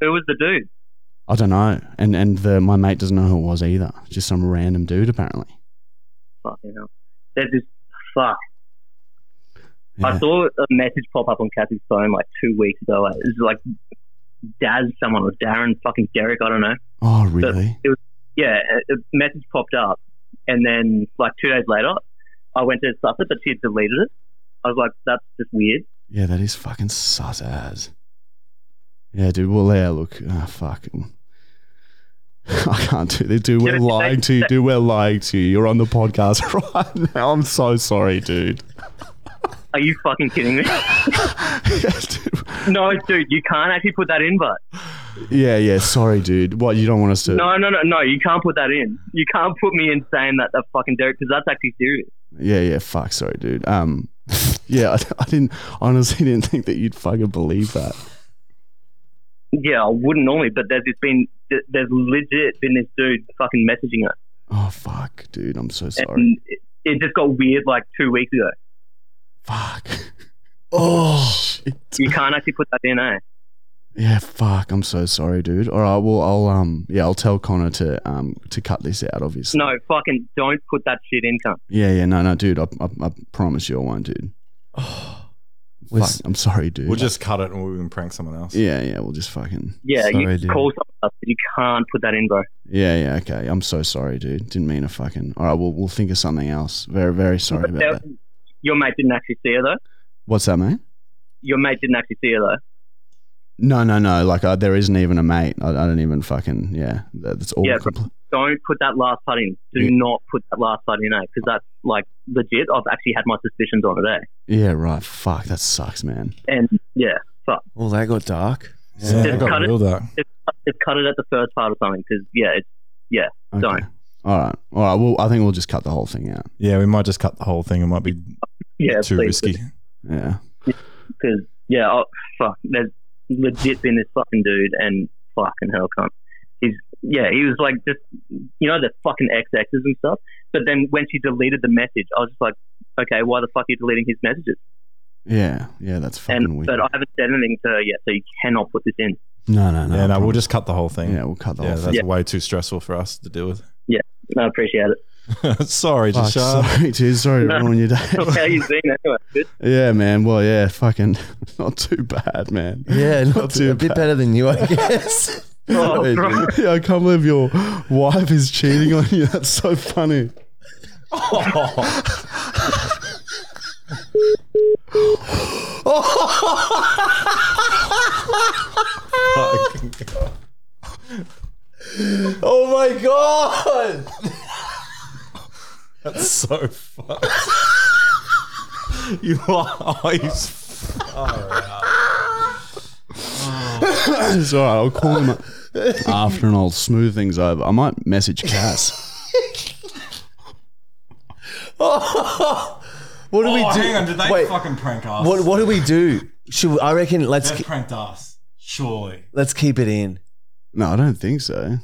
F: Who was the dude?
A: I don't know. And and the my mate doesn't know who it was either. Just some random dude apparently.
F: Fucking hell. There's this. Fuck.
A: Yeah.
F: I saw a message pop up on Kathy's phone like two weeks ago. Like, it was like Daz, someone, or Darren, fucking Derek, I don't know.
A: oh
F: But
A: really?
F: It was, yeah, a a message popped up, and then like two days later, I went to stuff it, but she had deleted it. I was like, that's just weird.
A: Yeah, that is fucking sus as. Yeah, dude. Well, yeah. Look, ah, fuck. I can't do this, dude. We're
F: Yeah, but
A: lying
F: they-
A: to you, dude. We're lying to you. You're on the podcast right now. I'm so sorry, dude.
F: Are you fucking kidding me? no, dude, you can't actually put that in, but
A: yeah, yeah. Sorry, dude. What you don't want us to?
F: no, no, no, no, you can't put that in. You can't put me in saying that that fucking Derek because that's actually serious.
A: Yeah, yeah. Fuck. Sorry, dude. Um. Yeah, I, I didn't honestly didn't think that you'd fucking believe that.
F: Yeah, I wouldn't normally, but there's just been th- there's legit been this dude fucking messaging her,
A: Oh fuck, dude. I'm so sorry.
F: and it, it just got weird like two weeks ago.
A: Fuck. Oh.
F: You can't actually put that in, eh?
A: Yeah, fuck. I'm so sorry, dude. All right, well, I'll um, yeah, I'll tell Connor to um, to cut this out, obviously.
F: No, fucking don't put that shit in, cunt.
A: Yeah, yeah, no, no, dude. I, I, I promise you, I won't, dude.
F: Oh.
A: fuck.
C: Was-
A: I'm sorry, dude.
B: We'll just cut it and we can prank someone else.
A: Yeah, yeah, we'll just fucking.
F: Yeah,
C: Sorry,
F: you
C: dude.
F: call someone else, but you can't put that in, bro.
A: Yeah, yeah, okay. I'm so sorry, dude. Didn't mean to fucking. All right, we'll we'll think of something else. Very, very sorry about that.
F: Your mate didn't actually see her though.
A: What's that, mate?
F: Your mate didn't actually see her though.
A: No, no, no. Like, uh, there isn't even a mate. I, I don't even fucking. Yeah, that, that's all.
F: Yeah,
A: compl-
F: Don't put that last part in. Do
A: Yeah.
F: not put that last part in, eh? Because that's like legit. I've actually had my suspicions on it, eh?
A: yeah, right. Fuck, that sucks, man.
F: And yeah, fuck.
C: Oh, that got dark.
B: Yeah, I
F: Just
B: got
F: cut it.
B: real dark.
F: Just, just cut it at the first part or something. Because yeah, it's yeah.
A: Okay.
F: Sorry.
A: All right. All right. Well, I think we'll just cut the whole thing out.
B: Yeah, we might just cut the whole thing. It might be
F: Yeah,
B: too
F: please,
B: risky.
A: Yeah.
F: because yeah, oh, fuck, there's legit been this fucking dude and fucking hell, cunt. He's yeah, he was like just you know the fucking XXs and stuff. But then when she deleted the message, I was just like, okay, why the fuck are you deleting his messages?
A: Yeah. Yeah. That's fucking
F: And
A: weird.
F: but I haven't said anything to her yet, so you cannot put this in.
A: no, no, no.
B: Yeah, no, we'll just cut the whole thing.
A: Yeah, we'll cut the
B: Yeah,
A: whole
B: that's
A: thing.
B: way too stressful for us to deal
F: I appreciate it.
B: with. Sorry,
A: Fuck,
B: Jashad.
A: sorry, dude. Sorry to ruin your
F: How
A: day.
F: you been anyway? Good.
A: yeah, man. Well, yeah. Fucking not too bad, man.
C: Yeah, not
A: too
C: too, a bit
A: bad.
C: better than you, I guess.
F: Oh, bro.
A: yeah, I can't believe your wife is cheating on you. That's so funny.
C: oh my god!
B: That's so fucked. you are. oh, you s-
A: It's all right. I'll call him up after and I'll smooth things over. I might message Cass.
C: What do we
B: Oh,
C: do? Wait,
B: prank us?
C: what what do we do? Should we- I reckon let's ke-
B: pranked us. Surely.
C: let's keep it in.
A: No, I don't think so.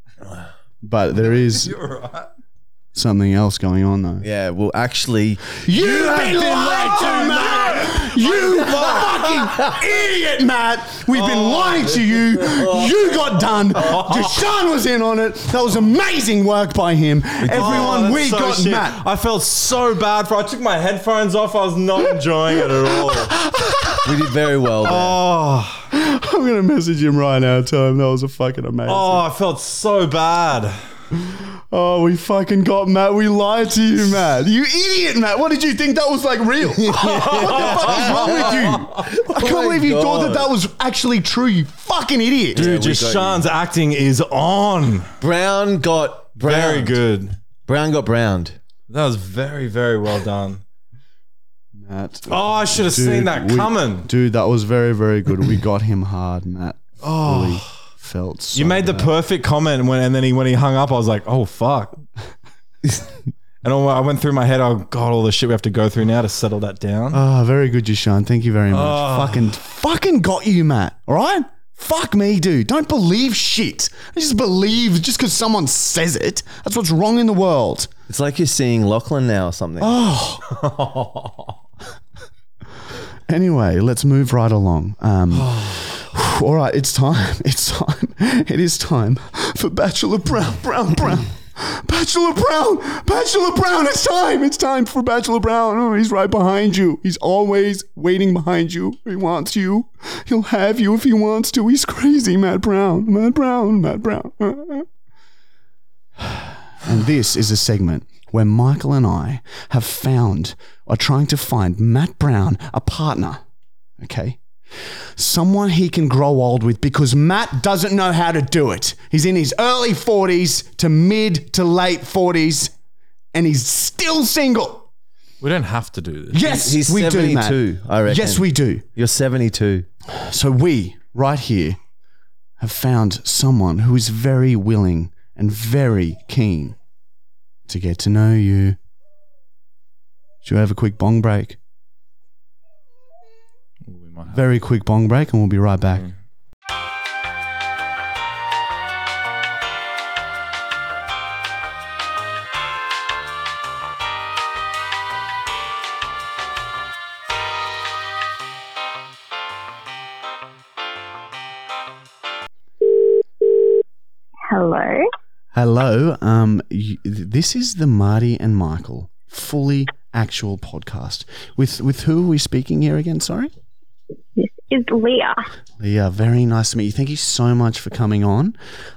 A: But there is something else going on though.
C: Yeah, well, actually,
A: You have been lied to, Matt. You fucking idiot, Matt. We've been lying to you. You got done. Deshaun was in on it. That was amazing work by him.
B: Oh,
A: Everyone, we got Matt.
B: I felt so bad for. I took my headphones off. I was not enjoying it at all.
C: we did very well. there.
B: Oh,
A: I'm gonna message him right now. Tell him that was a fucking amazing.
B: oh, I felt so bad.
A: Oh, we fucking got Matt. We lied to you, Matt. You idiot, Matt. What did you think that was like real? what the fuck is wrong with you? I can't
C: my
A: believe you thought that
C: God.
A: that was actually true. You fucking idiot.
B: Dude, just Sean's acting is on.
C: Brown got browned.
B: Very good.
C: Brown got browned.
B: That was very, very well done.
A: Matt.
B: Oh, I should have seen that
A: we-
B: coming.
A: Dude, that was very, very good. We got him hard, Matt. Oh, really felt. So
B: You made the perfect comment when, and then he when he hung up, I was like, "Oh fuck!" and all, I went through my head, "Oh god, all the shit we have to go through now to settle that down."
A: Ah, very good, Jashan. Thank you very much. Fucking, fucking got you, Matt. All right. Fuck me, dude. Don't believe shit. I just believe just because someone says it. That's what's wrong in the world.
C: It's like you're seeing Lachlan now or something.
A: Oh. Anyway, let's move right along. Um, all right, it's time. It's time. It is time for Bachelor Brown, Brown, Brown. Bachelor Brown, Bachelor Brown, it's time. It's time for Bachelor Brown. Oh, he's right behind you. He's always waiting behind you. He wants you. He'll have you if he wants to. He's crazy, Matt Brown. Matt Brown, Matt Brown. And this is a segment where Michael and I have found, are trying to find Matt Brown a partner. Okay? Someone he can grow old with because Matt doesn't know how to do it. He's in his early 40s to mid to late 40s and he's still single.
B: We don't have to do this.
A: Yes,
C: He's
A: we do, Matt.
C: 72, I reckon.
A: Yes, we do.
C: You're 72.
A: So we, right here, have found someone who is very willing and very keen to get to know you. Should we have a quick bong break?
B: We might have-
A: Very quick bong break, and we'll be right back.
G: Hello.
A: Hello, um, y- th- this is the Marty and Michael fully actual podcast. With with who are we speaking here again? Sorry.
G: This is Leah.
A: Yeah, very nice to meet you. Thank you so much for coming on.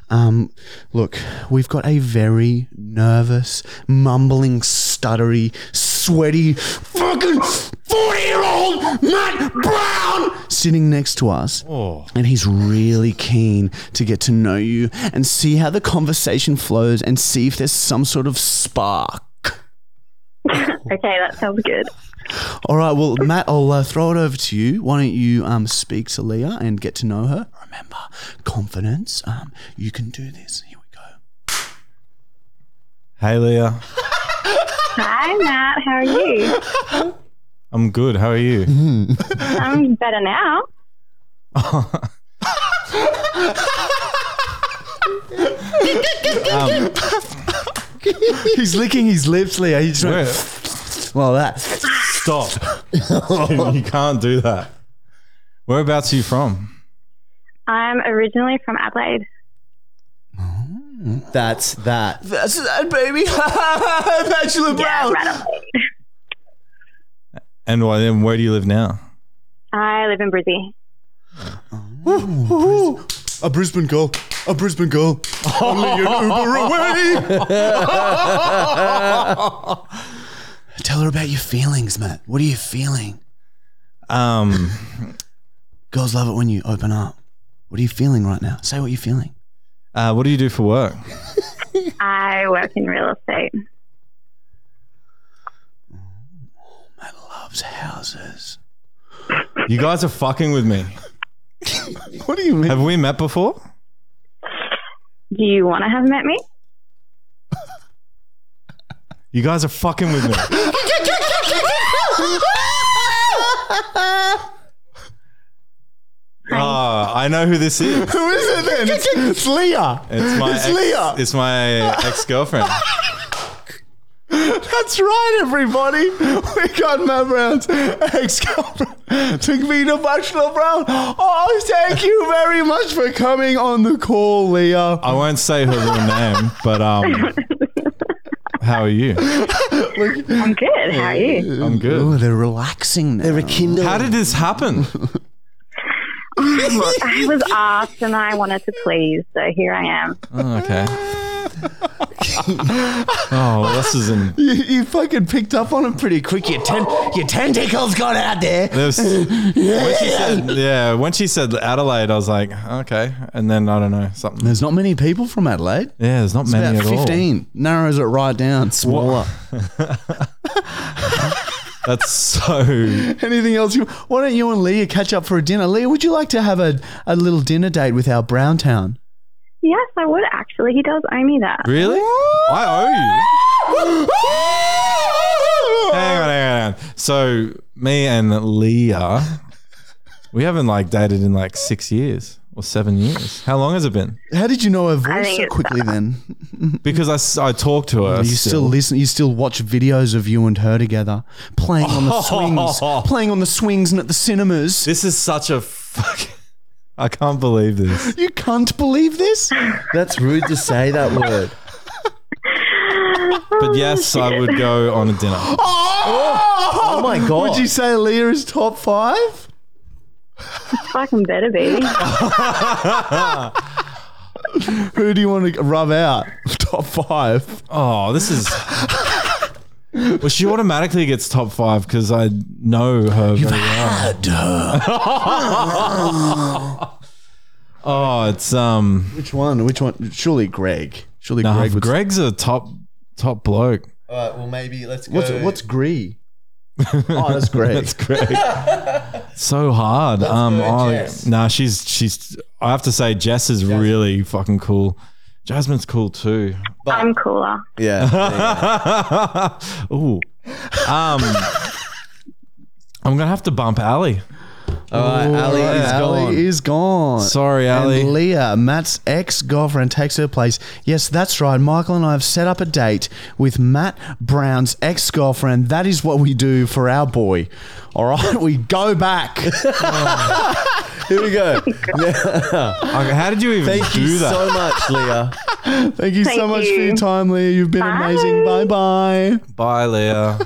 A: Um, look, we've got a very nervous, mumbling, stuttery, sweaty, fucking 40 year old Matt Brown sitting next to us.
B: Oh,
A: And he's really keen to get to know you and see how the conversation flows and see if there's some sort of spark. Oh.
G: Okay, that sounds good.
A: All right, well, Matt, I'll uh, throw it over to you. Why don't you um, speak to Leah and get to know her? Remember, confidence. Um, you can do this. Here we go.
B: Hey, Leah.
G: Hi, Matt. How are you?
B: I'm good. How are you?
G: I'm better now.
A: He's licking his lips, Leah. He's just
B: Wait,
A: well that.
B: stop. you can't do that. Whereabouts are you from?
G: I'm originally from Adelaide.
C: That's that.
A: That's that, baby. Bachelor Brown.
B: And why then? Where do you live now?
G: I live in Brizzy.
A: A Brisbane girl. A Brisbane girl. Only an Uber away. Tell her about your feelings, Matt. What are you feeling?
B: Um,
A: Girls love it when you open up. What are you feeling right now? Say what you're feeling.
B: uh, what do you do for work?
G: I work in real estate.
A: Matt loves houses.
B: You guys are fucking with me.
A: What do you mean?
B: Have we met before?
G: Do you want to have met me?
B: You guys are fucking with me. Ah, I know who this is.
A: Who is it then? It's, it's Leah.
B: It's my
A: It's
B: ex,
A: Leah.
B: It's my ex girlfriend.
A: That's right, everybody. We got Matt Brown's ex-girlfriend took me to Bachelor Brown. Oh, thank you very much for coming on the call, Leah.
B: I won't say her real name, but um, how are you?
G: I'm good. How are you?
B: I'm good.
A: they're relaxing now. They're rekindling.
B: How did this happen?
G: Look, I was asked and I wanted to please, so here I am.
B: Oh, okay. Oh, well, this is in.
A: You, you fucking picked up on it pretty quick. Your ten, your tentacles got out there.
B: This, when she said, yeah, when she said Adelaide, I was like, okay. And then I don't know something.
A: There's not many people from Adelaide.
B: Yeah, there's not many
A: About
B: at all.
A: fifteen narrows it right down. Smaller.
B: That's so.
A: Anything else? You, why don't you and Leah catch up for a dinner? Leah, would you like to have a, a little dinner date with our Brown Town?
G: Yes, I would actually. He does owe me that.
B: Really? I owe you. hang on, hang on, hang on. So me and Leah, we haven't like dated in like six years or seven years. How long has it been?
A: How did you know her
G: I
A: voice
G: think
A: so
G: it's
A: quickly then?
B: Because I, s- I talked to her.
A: You still listen. You still watch videos of you and her together playing on the swings, playing on the swings, and at the cinemas.
B: This is such a fuck. I can't believe this.
A: You can't believe this.
C: That's rude to say that word.
B: But yes, I would go on a dinner.
C: Oh my god.
A: Would you say Leah is top five?
G: Fucking better be.
A: Who do you want to rub out? top five.
B: Oh, this is. Well, she automatically gets top five because I know her very well. oh, it's um.
A: Which one? Which one? Surely Greg. Surely
B: Nah,
A: Greg. Would
B: Greg's a top top bloke.
C: All right, well, maybe let's go.
A: what's what's Gree? oh, that's Greg.
B: That's Greg. so hard. um,
C: go,
B: oh,
C: Jess.
B: nah, she's she's. I have to say, Jess is really fucking cool. Jasmine's cool too.
G: I'm cooler.
C: Yeah.
B: Ooh. Um, I'm gonna have to bump Allie.
C: All right, Ali is
A: Allie
C: gone.
A: is gone.
B: Sorry, Allie.
A: And Leah, Matt's ex girlfriend, takes her place. Yes, that's right. Michael and I have set up a date with Matt Brown's ex girlfriend. That is what we do for our boy. All right, we go back.
C: Here we go.
B: Okay, how did you even
C: Thank
B: do
C: you
B: that?
C: so much, Leah.
A: Thank you so
G: Thank
A: much for
G: you.
A: your time, Leah. You've been
G: Bye.
A: amazing. Bye bye.
B: Bye, Leah.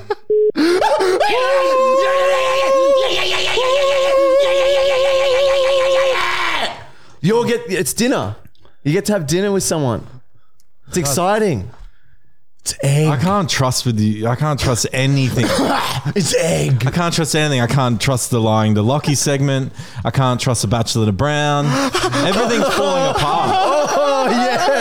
C: You'll get it's dinner. You get to have dinner with someone. It's exciting.
A: It's egg.
B: I can't trust with you. I can't trust anything. I
A: It's egg.
B: can't trust anything. I can't trust the lying to Lockie segment. I can't trust the Bachelor to Brown. Everything's falling apart.
C: Oh yeah.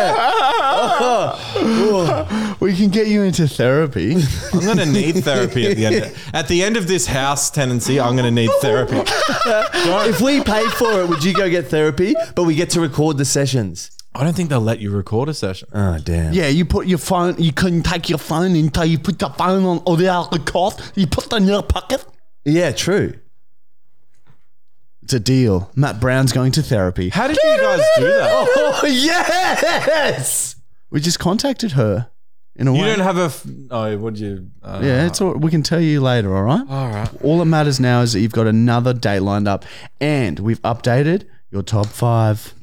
A: We can get you into therapy.
B: I'm gonna need therapy at the end. At the end of this house tenancy, I'm gonna need therapy.
C: if we paid for it, would you go get therapy? But we get to record the sessions.
B: I don't think they'll let you record a session.
C: Oh damn.
A: Yeah, you put your phone. You couldn't take your phone until you put your phone on or the other cough. You put it in your pocket.
C: Yeah, true.
A: It's a deal. Matt Brown's going to therapy.
B: How did you guys do that?
A: Oh yes! We just contacted her in a
B: You
A: way.
B: don't have a. F- oh, what do you? Uh,
A: yeah, it's all, we can tell you later. All right.
B: All right.
A: All that matters now is that you've got another date lined up, and we've updated your top five.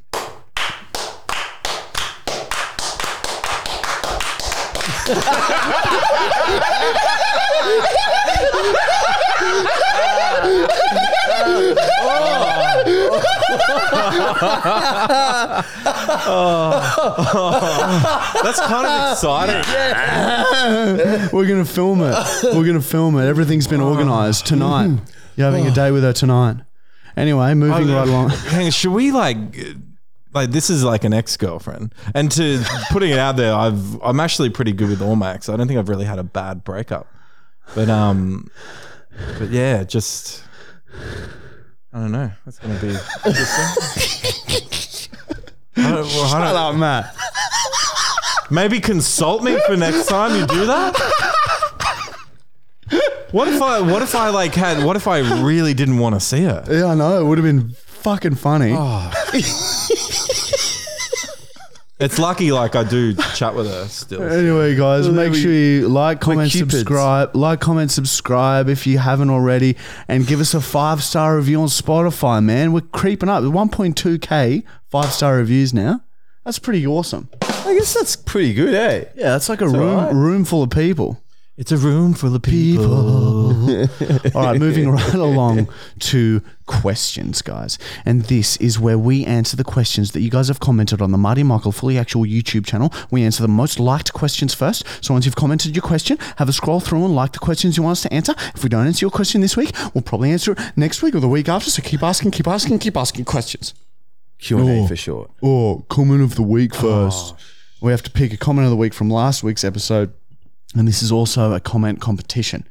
B: That's kind of exciting.
A: We're gonna film it. We're gonna film it. Everything's been organised tonight. You're having a day with her tonight. Anyway, moving right along.
B: Hang on, should we like, like this is like an ex girlfriend, and to putting it out there, I've I'm actually pretty good with Ormax. I don't think I've really had a bad breakup, but um, but yeah, just I don't know. That's gonna be. interesting. I don't- well, I don't-
A: Matt.
B: Maybe consult me for next time you do that. What if I? What if I like had? What if I really didn't want to see her?
A: Yeah, I know. It would have been fucking funny.
B: Oh, It's lucky, like I do chat with her still.
A: Anyway, guys, make sure you like, comment,
C: cupids.
A: subscribe. Like, comment, subscribe if you haven't already, and give us a five star review on Spotify. Man, we're creeping up. 1.2k five star reviews now. That's pretty awesome.
C: I guess that's pretty good, eh?
A: Yeah, that's like a room
C: alright.
A: room full of people.
B: It's a room full of
A: All right, moving right along to questions, guys. And this is where we answer the questions that you guys have commented on the Marty Michael Fully Actual YouTube channel. We answer the most liked questions first. So once you've commented your question, have a scroll through and like the questions you want us to answer. If we don't answer your question this week, we'll probably answer it next week or the week after. So keep asking, keep asking, keep asking questions.
C: Q and A for sure.
A: Oh, comment of the week first. We have to pick a comment of the week from last week's episode. And this is also a comment competition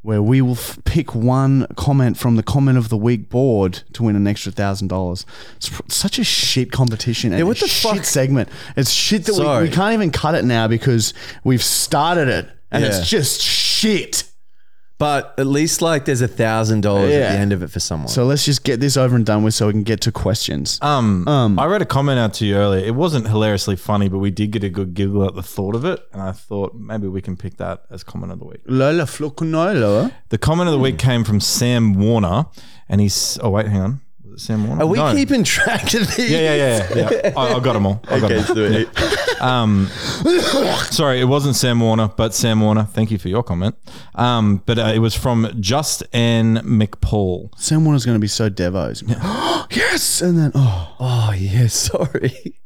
A: where we will f- pick one comment from the comment of the week board to win an extra thousand dollars. It's pr- such a shit competition. And
C: Yeah, what
A: a
C: the
A: shit
C: fuck?
A: segment? It's shit that we,
C: Sorry.
A: we can't even cut it now because we've started it and
C: Yeah.
A: it's just shit.
C: But at least like there's a thousand dollars
A: Yeah.
C: at the end of it for someone.
A: So let's just get this over and done with so we can get to questions.
B: Um, I read a comment out to you earlier. It wasn't hilariously funny, but we did get a good giggle at the thought of it, and I thought maybe we can pick that as comment of the week.
A: Lola Floconola.
B: The comment of the week came from Sam Warner, and he's. Oh wait, hang on. Was it Sam Warner?
C: Are we
B: No.
C: keeping track of these?
B: Yeah, yeah, yeah, yeah. I, I got them all. I got 'em all. Um, Sorry, it wasn't Sam Warner, but Sam Warner, thank you for your comment. Um, but uh, it was from Just N McPaul.
A: Someone is going to be so devos. yes! And then, oh.
C: Oh yeah, sorry.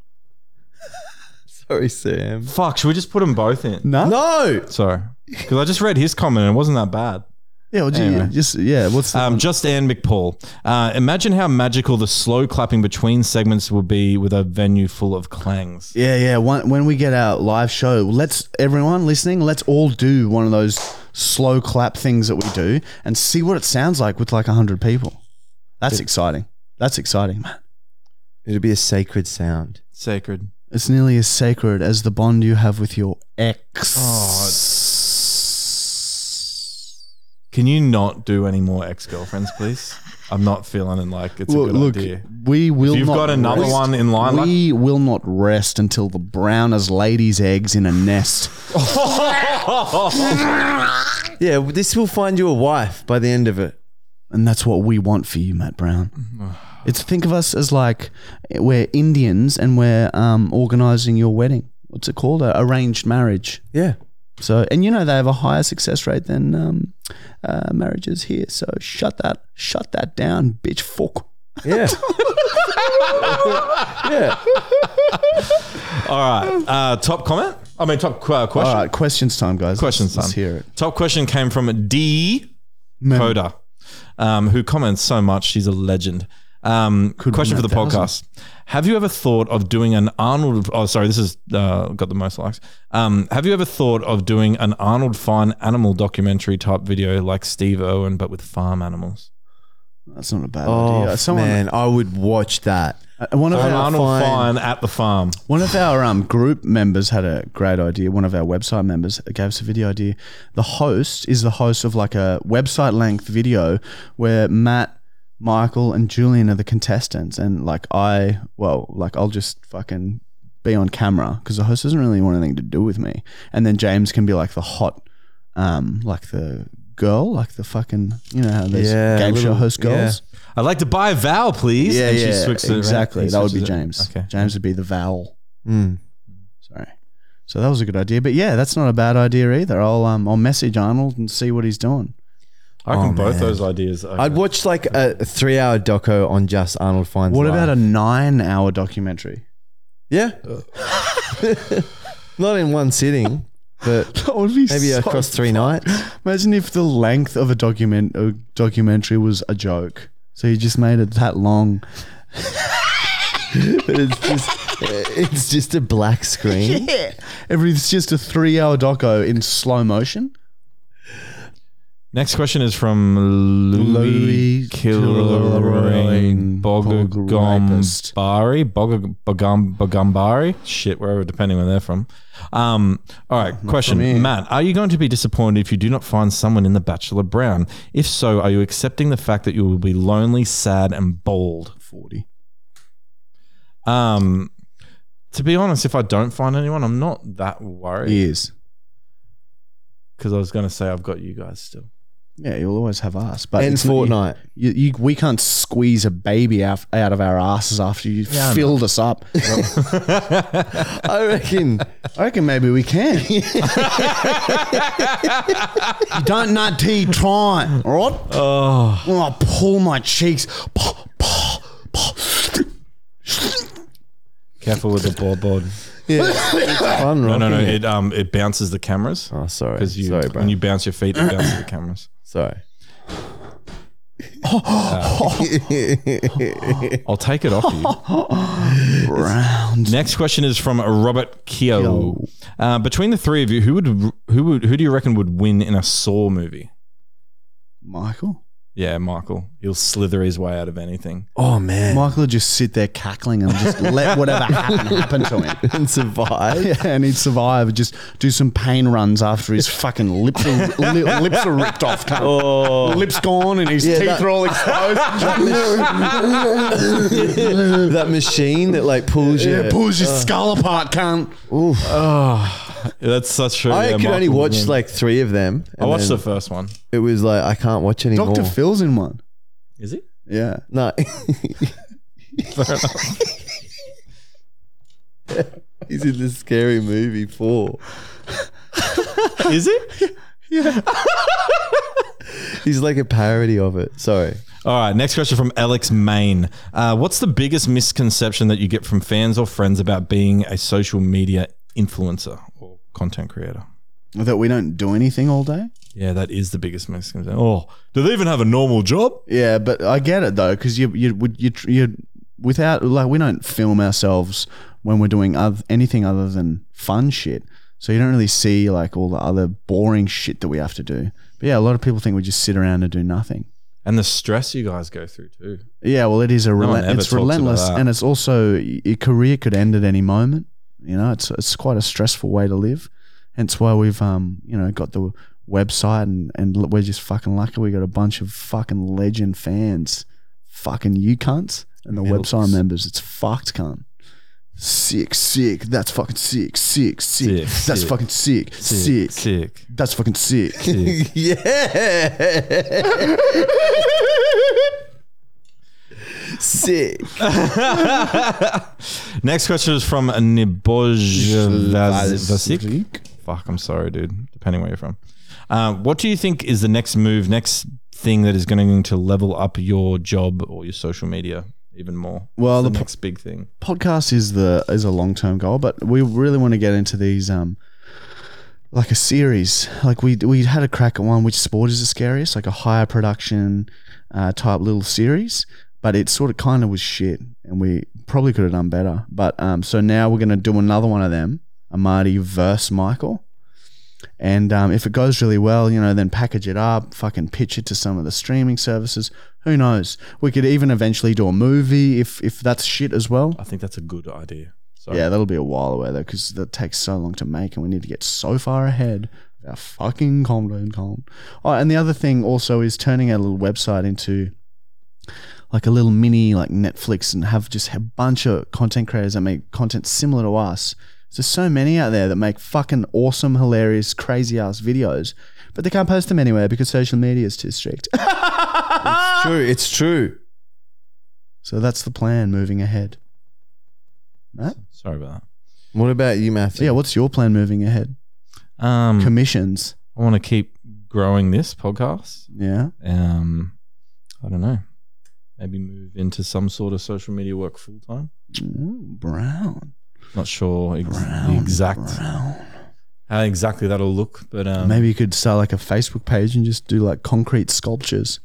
C: sorry, Sam.
B: Fuck, should we just put them both in?
A: No.
C: No.
B: Sorry, because I just read his comment and it wasn't that bad.
A: Yeah, well, ju-
B: Anyway.
A: just yeah. What's the,
B: Um, just Anne McPaul. Uh, imagine how magical the slow clapping between segments will be with a venue full of clangs.
A: yeah, yeah. When, when we get our live show, let's everyone listening, let's all do one of those slow clap things that we do and see what it sounds like with like hundred people. That's exciting. That's exciting, man.
C: It'll be a sacred sound.
B: Sacred.
A: It's nearly as sacred as the bond you have with your ex.
B: Can you not do any more ex girlfriends, please? I'm not feeling like it's
A: Well,
B: a good
A: look,
B: idea.
A: we will.
B: you've
A: not
B: got another
A: rest-
B: one in line, like-
A: We will not rest until the browners lady's eggs in a nest.
C: Yeah, well, this will find you a wife by the end of it.
A: And that's what we want for you, Matt Brown. It's think of us as like we're Indians and we're um, organizing your wedding. What's it called? A arranged marriage.
C: Yeah.
A: So, and you know they have a higher success rate than um, uh, marriages here. So shut that, shut that down, bitch. Fuck.
C: Yeah.
B: All right. Uh, top comment? I mean, top uh, question.
A: All right, questions time, guys.
B: Questions time.
A: let's, Let's hear it.
B: Top question came from D.
A: Mem-
B: Coda, um, who comments so much. She's a legend. Um, question for
A: win
B: the
A: a
B: podcast:
A: thousand.
B: Have you ever thought of doing an Arnold? Oh, sorry, this is uh, got the most likes. Um, have you ever thought of doing an Arnold Fine animal documentary type video like Steve Irwin, but with farm animals?
A: That's not a bad
C: Oh
A: idea. Someone,
C: man, I would watch that.
A: Uh, One of
B: On
A: our
B: Arnold
C: fine.
B: Fine at the farm.
A: One of our um, group members had a great idea. One of our website members gave us a video idea. The host is the host of like a website length video where Matt, Michael, and Julian are the contestants. And like I, well, like I'll just fucking be on camera because the host doesn't really want anything to do with me. And then James can be like the hot, um, like the girl, like the fucking, you know how those
C: Yeah,
A: game show
C: little-
A: host girls.
B: I'd like to buy a vowel, please.
A: Yeah,
B: and she
A: yeah,
B: switches it around.
A: exactly.
B: He
A: That would be
B: switches it.
A: James.
B: Okay.
A: James would be the vowel.
C: Mm.
A: Sorry. So that was a good idea. But yeah, that's not a bad idea either. I'll um, I'll message Arnold and see what he's doing.
B: I reckon
C: Oh,
B: both
C: man.
B: those ideas. Are
C: I'd watch like a three hour doco on just Arnold Fines.
A: What about a nine hour documentary?
C: Yeah. Not in one sitting, but
A: That would be
C: maybe
A: so-
C: across three nights.
A: Imagine if the length of a document a documentary was a joke. So you just made it that long.
C: But it's just it's just a black screen.
A: Every it's just a three hour doco in slow motion.
B: Next question is from Louis
A: Louis
B: Kilrain
A: Kilrain
B: Bogambari. Bog- Bogam- Bogambari? Shit, wherever, depending on where they're from. Um, all right, question. Matt, are you going to be disappointed if you do not find someone in The Bachelor Brown? If so, are you accepting the fact that you will be lonely, sad, and bold?
A: 40.
B: Um, to be honest, if I don't find anyone, I'm not that worried
A: Years.
B: because I was going to say I've got you guys still.
A: Yeah, you'll always have us. But
C: And
A: it's not- you-
C: Fortnite.
A: You, you, we can't squeeze a baby out, out of our asses after you
B: I know.
A: filled us up.
C: I reckon
A: I reckon maybe we can. you don't not tea try, all right?
B: Oh,
A: When I pull my cheeks. Paw, paw, paw.
B: careful with the board board.
C: fun,
B: No,
C: right?
B: no, no. It um it bounces the cameras
C: Oh, sorry.
B: because you
C: sorry, bro.
B: when you bounce your feet, it bounces the cameras.
C: sorry.
B: I'll take it off you.
A: Round.
B: Next question is from Robert Keogh. Uh, between the three of you, who would who would who do you reckon would win in a Saw movie?
A: Michael?
B: Yeah, Michael. He'll slither his way out of anything.
C: Oh man.
A: Michael would just sit there cackling and just let whatever happened happen to him.
C: and survive.
A: Yeah, and he'd survive and just do some pain runs after his fucking lips are, li- lips are ripped off. cunt. Lips gone and his
C: Oh. Yeah,
A: teeth
C: that-
A: are all exposed.
C: that machine that like pulls you.
A: yeah, pulls
C: Uh.
A: your skull apart, cunt.
B: Yeah, that's such true.
C: I
B: Yeah,
C: could
B: Michael
C: only
B: would
C: watch
B: win.
C: like three of them.
B: I
C: and
B: watched
C: then
B: the first one.
C: It was like I can't watch anymore.
A: Dr. Phil's in one.
B: Is he?
A: Yeah.
C: no. He's in the scary movie four.
B: Is he?
C: He's like a parody of it. Sorry.
B: All right. Next question from Alex Main. Uh, what's the biggest misconception that you get from fans or friends about being a social media influencer or content creator?
A: That we don't do anything all day.
B: Yeah, that is the biggest misconception. Oh, do they even have a normal job?
A: Yeah, but I get it though, because you you would you tr- you without like we don't film ourselves when we're doing oth- anything other than fun shit. So you don't really see like all the other boring shit that we have to do. But yeah, a lot of people think we just sit around and do nothing.
B: And the stress you guys go through too.
A: Yeah, well, it is a
B: one
A: relen-
B: ever
A: it's
B: talks about
A: relentless,
B: that.
A: and it's also y- your career could end at any moment. You know, it's it's quite a stressful way to live. Hence why we've um you know got the website and and l- we're just fucking lucky we got a bunch of fucking legend fans, fucking you cunts, and the
B: Milks.
A: website members. It's fucked cunt. Sick, sick. That's fucking sick, sick, sick.
B: Sick,
A: that's
B: sick,
A: fucking sick, sick,
B: Sick.
A: That's fucking sick.
B: Sick.
C: Yeah. Sick.
B: Next question is from Niboj Vasic. Fuck, I'm sorry, dude. Depending where you're from. Uh, what do you think is the next move, next thing that is going to level up your job or your social media even more? What's
A: Well, the
B: the
A: pro-
B: next big thing.
A: podcast is the is a long term goal, but we really want to get into these um like a series. Like we we had a crack at one. Which sport is the scariest? Like a higher production uh, type little series, but it sort of kind of was shit, and we probably could have done better. But um, so now we're gonna do another one of them, a Marty versus Michael. And um, if it goes really well, you know, then package it up, fucking pitch it to some of the streaming services. Who knows? We could even eventually do a movie if if that's shit as well.
B: I think that's a good idea. So
A: Yeah, that'll be a while away though, because that takes so long to make, and we need to get so far ahead of our fucking content. Colin. Oh, and the other thing also is turning our little website into like a little mini like Netflix, and have just a bunch of content creators that make content similar to us. There's so many out there that make fucking awesome, hilarious, crazy ass videos, but they can't post them anywhere because social media is too strict.
C: It's true. It's true.
A: so that's the plan moving ahead. Matt?
B: sorry about
C: What about you, Matthew?
A: Yeah, what's your plan moving ahead?
B: that. Um,
A: Commissions.
B: I want to keep growing this podcast.
A: Yeah.
B: Um, I don't know. Maybe move into some sort of social media work full time.
A: Ooh, brown.
B: Not sure ex-
A: Brown.
B: the exact
A: Brown.
B: how exactly that'll look, but um,
A: Maybe you could start like a Facebook page and just do like concrete sculptures.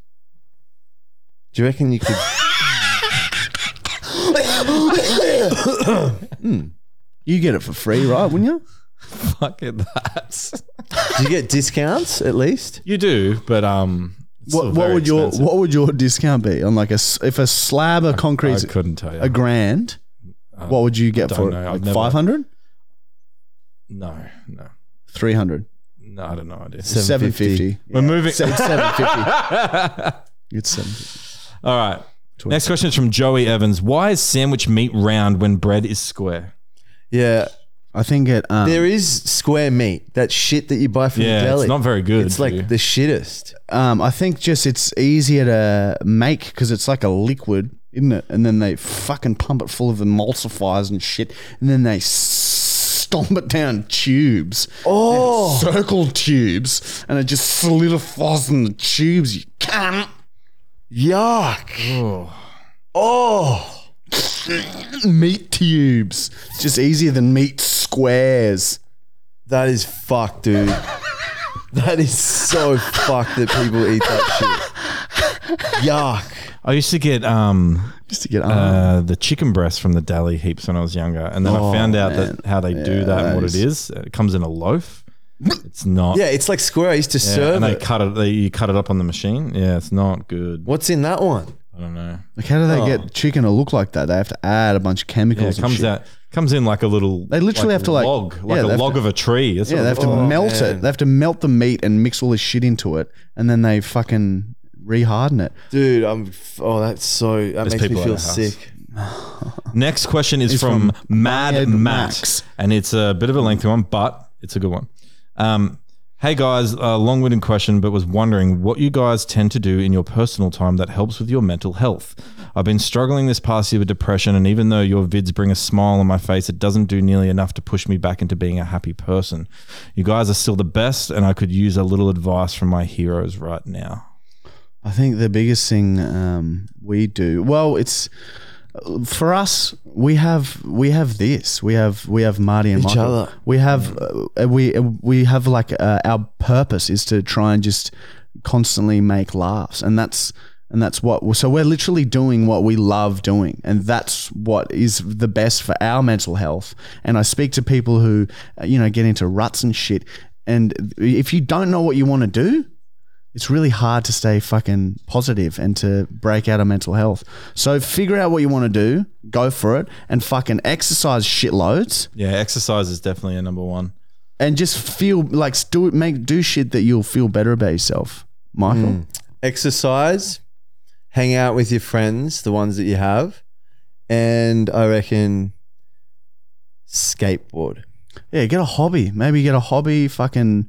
C: Do you reckon you could?
A: You get it for free, right? Wouldn't you?
B: fuck it, that
C: do you get discounts at least?
B: you do. But um, it's still
A: What, what
B: very
A: would your
B: expensive.
A: What would your discount be on like a s- if a slab of concrete
B: I couldn't tell you.
A: a grand? what would you get
B: don't
A: for it?
B: know. I've
A: Like
B: never-
A: 500?
B: no, no,
A: 300?
B: no. I don't know. Idea.
A: 750.
B: We're moving.
A: So it's 750.
B: All
A: It's 750.
B: right. Next question is from Joey Evans. Why is sandwich meat round when bread is square?
C: Yeah,
A: I think it. Um,
C: there is square meat. That shit that you buy from
B: Yeah,
C: the deli.
B: it's not very good.
C: It's like
B: dude.
C: the shittest.
A: Um, I think just it's easier to make because it's like a liquid, isn't it? And then they fucking pump it full of emulsifiers and shit, and then they stomp it down tubes. Oh, circle tubes, and it just solidifies in the tubes. You can't.
C: Yuck. Oh.
A: Meat tubes. It's just easier than meat squares.
C: that is fucked, dude. that is so fucked that people eat that shit. Yuck.
B: I used to get um,
A: Just to get Oh.
B: uh, the chicken breast from the deli heaps when I was younger, and then I found out that how they do that and what it is. It comes in a loaf. It's not.
C: Yeah, it's like square. I used to
B: Yeah,
C: serve
B: and they
C: it.
B: cut it. They, you cut it up on the machine. Yeah, it's not good.
C: What's in that one?
B: I don't know.
A: like, how do they
C: Oh.
A: get chicken to look like that? They have to add a bunch of
B: Yeah,
A: chemicals.
B: it
A: and
B: comes
A: shit.
B: out. Comes in like a little.
A: They literally have to, like-
B: log, like
A: yeah, they
B: a
A: have
B: log
A: to-
B: of a tree. That's
A: Yeah,
B: what
A: they
B: it
A: have to melt it. They have to melt the meat and mix all this shit into it, and then they fucking reharden it.
C: Dude, I'm. f- Oh, that's so. That makes
B: people
C: me
B: at
C: feel
B: our house.
C: sick.
B: Next question is
A: It's
B: from,
A: from
B: Mad,
A: Mad
B: Max.
A: Max.
B: and it's a bit of a lengthy one, but it's a good one. Um, hey guys, a long-winded question, but was wondering what you guys tend to do in your personal time that helps with your mental health. I've been struggling this past year with depression, and even though your vids bring a smile on my face, it doesn't do nearly enough to push me back into being a happy person. You guys are still the best, and I could use a little advice from my heroes right now.
A: I think the biggest thing um, we do well, it's for us. We have we have this. We have we have Marty and
C: Each
A: Michael.
C: other.
A: We have uh, we we have like uh, our purpose is to try and just constantly make laughs, and that's and that's what. We're, so we're literally doing what we love doing, and that's what is the best for our mental health. And I speak to people who uh, you know get into ruts and shit, and if you don't know what you want to do, it's really hard to stay fucking positive and to break out of mental health. So figure out what you want to do, go for it, and fucking exercise shitloads,
B: Yeah, exercise is definitely a number one.
A: and just feel like do make do shit that you'll feel better about yourself, Michael.
C: Exercise, hang out with your friends, the ones that you have, and I reckon skateboard.
A: Yeah, get a hobby. Maybe get a hobby. Fucking,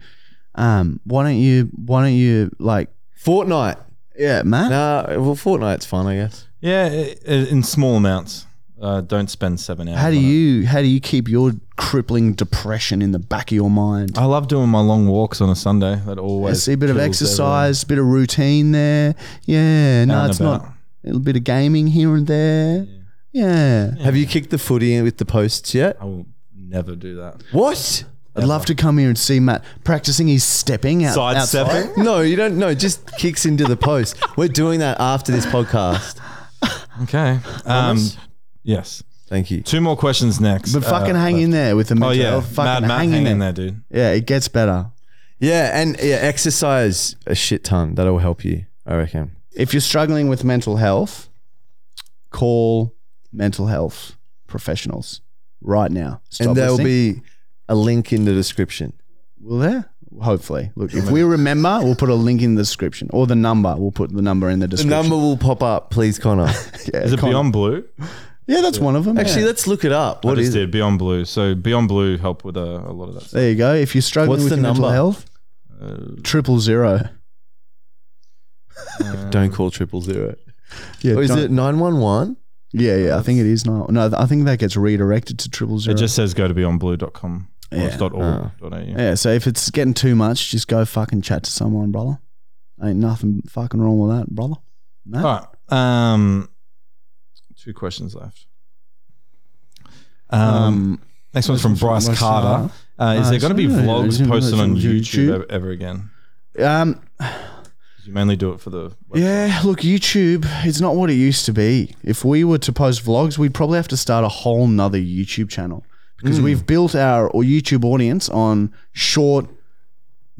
A: um, why don't you? Why don't you like?
C: Fortnite.
A: Yeah, man.
C: Nah, well, Fortnite's fun, I guess.
B: Yeah, i- i- in small amounts. Uh, don't spend seven hours.
A: How do
B: on it.
A: you? How do you keep your crippling depression in the back of your mind?
B: I love doing my long walks on a Sunday. That
A: I
B: always
A: see a bit of
B: kills
A: exercise, bit of routine there. Yeah, no,
B: and
A: it's
B: about.
A: not. A little bit of gaming here and there. Yeah.
C: Have you kicked the footy in with the posts yet?
B: everyone. I will never do that.
C: What?
A: I'd love to come here and see Matt practicing his stepping out,
B: Side
A: outside.
B: stepping?
C: No, you don't. No, just kicks into the post. We're doing that after this podcast.
B: Okay. Um,
C: Promise?
B: yes.
C: Thank you.
B: Two more questions next.
A: But
B: Uh,
A: fucking hang in there with the
B: oh
A: mental
B: yeah,
A: health.
B: Mad
A: Fucking
B: Matt,
A: hang in there.
B: dude.
A: Yeah, it gets better.
C: Yeah, and yeah, exercise a shit ton. That'll help you, I reckon.
A: If you're struggling with mental health, call mental health professionals right now. Stop
C: and there'll
A: listening.
C: be a link in the description.
A: Will there? Hopefully. Look, if we remember, we'll put a link in the description or the number. We'll put the number in the
C: The
A: description.
C: number will pop up, please, Connor.
A: yeah,
B: Is it
A: Connor.
B: Beyond Blue?
A: Yeah, that's one of them.
C: Actually,
A: yeah.
C: let's look it up.
B: I
C: What
B: just
C: is it?
B: did Beyond Blue. So Beyond Blue help with a, a lot of that. Stuff.
A: there you go. If you're struggling
C: What's
A: with
C: the
A: your mental
C: number?
A: health, triple zero.
C: Don't call triple zero.
A: Yeah,
C: Or Oh, is
A: don't-
C: it nine one one?
A: Yeah, yeah. I think it is not. No, I think that gets redirected to triple zero.
B: It just says go to beyondblue.com. Or
A: Yeah.
B: it's dot org. dot au.
A: yeah. So if it's getting too much, just go fucking chat to someone, brother. Ain't nothing fucking wrong with that, brother. No.
B: All right. Um, two questions left. Um, next one's from Bryce
A: Bryce
B: Carter. Uh, is
A: Uh,
B: there going to be
A: so-
B: vlogs
A: yeah,
B: posted on
A: it's on
B: YouTube,
A: YouTube.
B: ever, ever again?
A: um,
B: 'Cause You mainly do it for the. website.
A: Yeah, look, YouTube, it's not what it used to be. If we were to post vlogs, we'd probably have to start a whole nother YouTube channel because we've built our or YouTube audience on short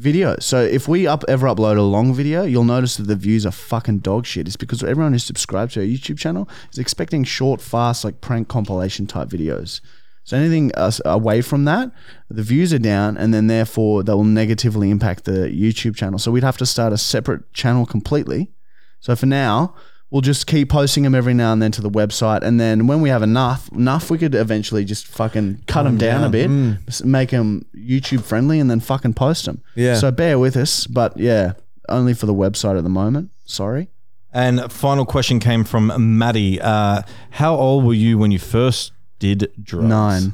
A: videos. So if we up ever upload a long video, you'll notice that the views are fucking dog shit. It's because everyone who's subscribed to our YouTube channel is expecting short, fast, like prank compilation type videos. So anything us- away from that, the views are down, and then therefore that will negatively impact the YouTube channel. So we'd have to start a separate channel completely. So for now, we'll just keep posting them every now and then to the website, and then when we have enough, enough, we could eventually just fucking cut them down, a bit, s- make them YouTube friendly, and then fucking post them.
C: Yeah.
A: So bear with us, but yeah, only for the website at the moment. Sorry.
B: And final question came from Maddie. Uh, how old were you when you first did drugs?
A: Nine.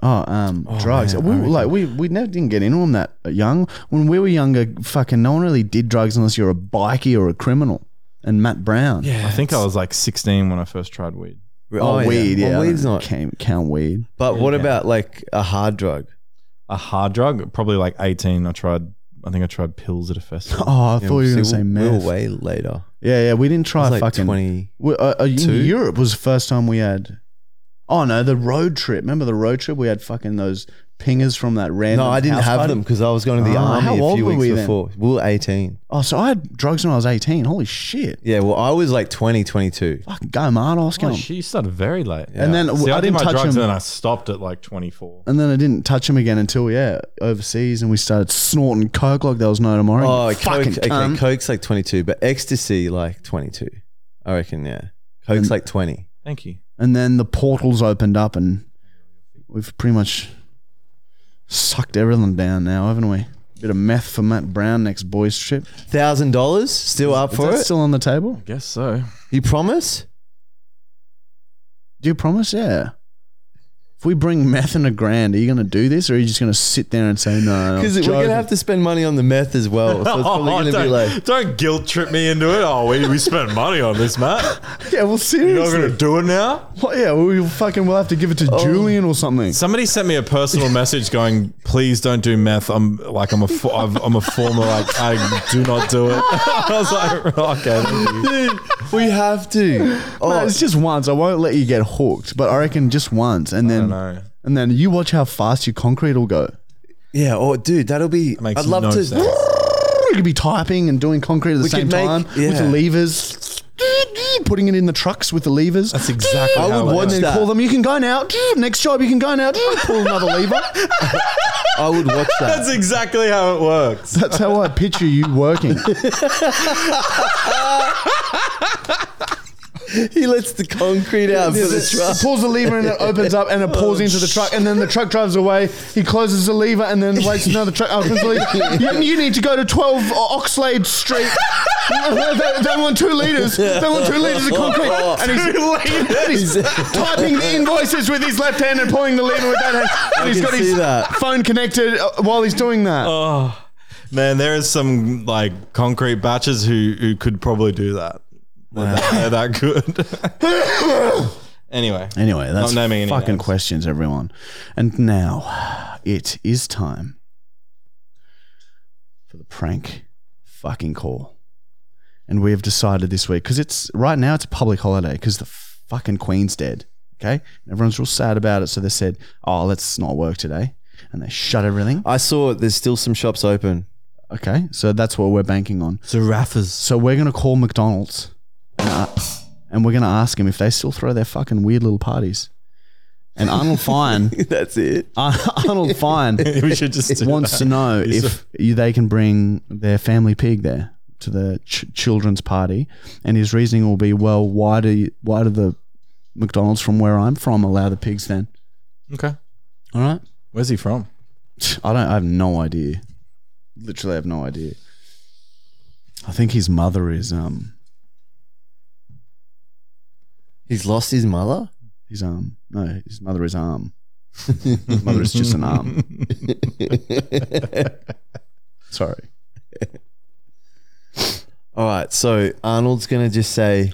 A: Oh, um, drugs.
C: man,
A: we
C: I
A: were, like we we never didn't get into them that young. When we were younger, fucking no one really did drugs unless you're a bikie or a criminal. And Matt Brown. Yeah.
B: I think I was like 16 when I first tried weed.
A: Oh, weed. Yeah.
C: Well, weed's
A: I don't
C: not.
A: count, count weed.
C: But what about like a hard drug?
B: A hard drug, probably like 18. I tried. I think I tried pills at a festival.
A: Oh, I thought you were gonna
C: See, we'll-
A: say meth.
C: We'll way later.
A: Yeah, yeah. We didn't
C: I
A: try
C: was like
A: fucking.
C: twenty.
A: We, uh, uh, in
C: Two?
A: Europe was the first time we had. Oh no, the road trip. Remember the road trip? We had fucking those pingers from that random.
C: No, I didn't
A: house
C: have
A: party?
C: them because I was going to the
A: Ah,
C: army
A: how
C: a
A: old
C: few
A: were
C: weeks
A: we then?
C: before. We were eighteen.
A: Oh, so I had drugs when I was eighteen. Holy shit!
C: Yeah, well, I was like 20, 22.
A: Fucking go, Mart. I was
B: Oh,
A: going.
B: she started very late.
A: And then
B: See,
A: I,
B: I, did
A: didn't
B: my
A: touch
B: drugs and then
A: him.
B: I stopped at like 24.
A: And then I didn't touch him again until yeah, overseas, and we started snorting coke like there was no tomorrow.
C: Oh,
A: you fucking
C: Coke, okay,
A: cunt.
C: Coke's like 22, but ecstasy like 22. I reckon, yeah. Coke's like 20.
B: Thank you.
A: And then the portals opened up, and we've pretty much sucked everything down now, haven't we? Bit of meth for Matt Brown next boys trip.
C: $1,000 still up
A: Is
C: for
A: that
C: it?
A: still on the table?
B: Guess so.
C: you promise?
A: Do you promise? Yeah. If we bring meth and a grand, are you going to do this, or are you just going to sit there and say no?
C: Because we're going to have to spend money on the meth as well. So it's probably going to
B: don't,
C: be like,
B: don't guilt trip me into it. Oh, we, we spent money on this, Matt.
A: to. Yeah, well,
B: You're not going
A: seriously.
B: to do it now?
A: What- yeah, we'll fucking we'll have to give it to Julian or something.
B: Somebody sent me a personal message going, please don't do meth. I'm like, I'm a, fo- I've- I'm a former, like, I do not do it. I was like, okay. thank you."
C: we have to. Oh,
A: No, it's just once. I won't let you get hooked, but I reckon just once, and then
B: know.
A: and then you watch how fast your concrete will go.
C: yeah. Oh, dude, that'll be.
B: makes
C: I'd love
B: no
C: to.
B: sense.
A: You could be typing and doing concrete at the
C: We
A: same
C: could make-
A: time with
C: yeah.
A: levers, putting it in the trucks with the levers.
B: That's exactly
C: I
B: how
C: would
B: it
C: watch
B: is.
A: and then
C: that.
A: call them. You can go now. Next job, you can go now. Pull another lever.
C: I would watch that.
B: That's exactly how it works.
A: That's how I picture you working.
C: he lets the concrete out for the truck.
A: Pulls the lever and it opens up and it pours into the truck and then the truck drives away. He closes the lever and then waits another truck opens the lever. You, you need to go to 12 Oxlade Street. they, they want two liters. They want two liters of concrete. And he's, and he's typing the invoices with his left hand and pulling the lever with that hand. And he's
C: can
A: got
C: see
A: his
C: that.
A: phone connected uh, while he's doing that.
B: Oh, man, there is some like concrete batches who who could probably do that. They're that, they're that good. anyway,
A: Anyway, that's
B: Not naming any
A: fucking
B: names.
A: questions, everyone. And now it is time for the prank fucking call. And we have decided this week because it's right now it's a public holiday because the fucking Queen's dead. Okay, everyone's real sad about it, so they said, "Oh, let's not work today."
H: and they shut everything.
A: I saw there's still some shops open.
H: Okay, so that's what we're banking on.
C: So Raffers.
H: So we're gonna call McDonald's, and, uh, and we're gonna ask him if they still throw their fucking weird little parties. And Arnold Fine,
A: That's it.
H: Arnold Fine
C: we should just do
H: wants
C: that.
H: to know
C: He's
H: if you, they can bring their family pig there to the ch- children's party, and his reasoning will be, well, why do you, why do the McDonald's from where I'm from allow the pigs then?
C: Okay.
H: All right,
C: Where's he from?
H: I don't. I have no idea. Literally, I have no idea. I think his mother is um
A: He's lost his mother.
H: his arm. No, his mother is arm. his mother is just an arm. Sorry.
A: All right, so Arnold's gonna just say,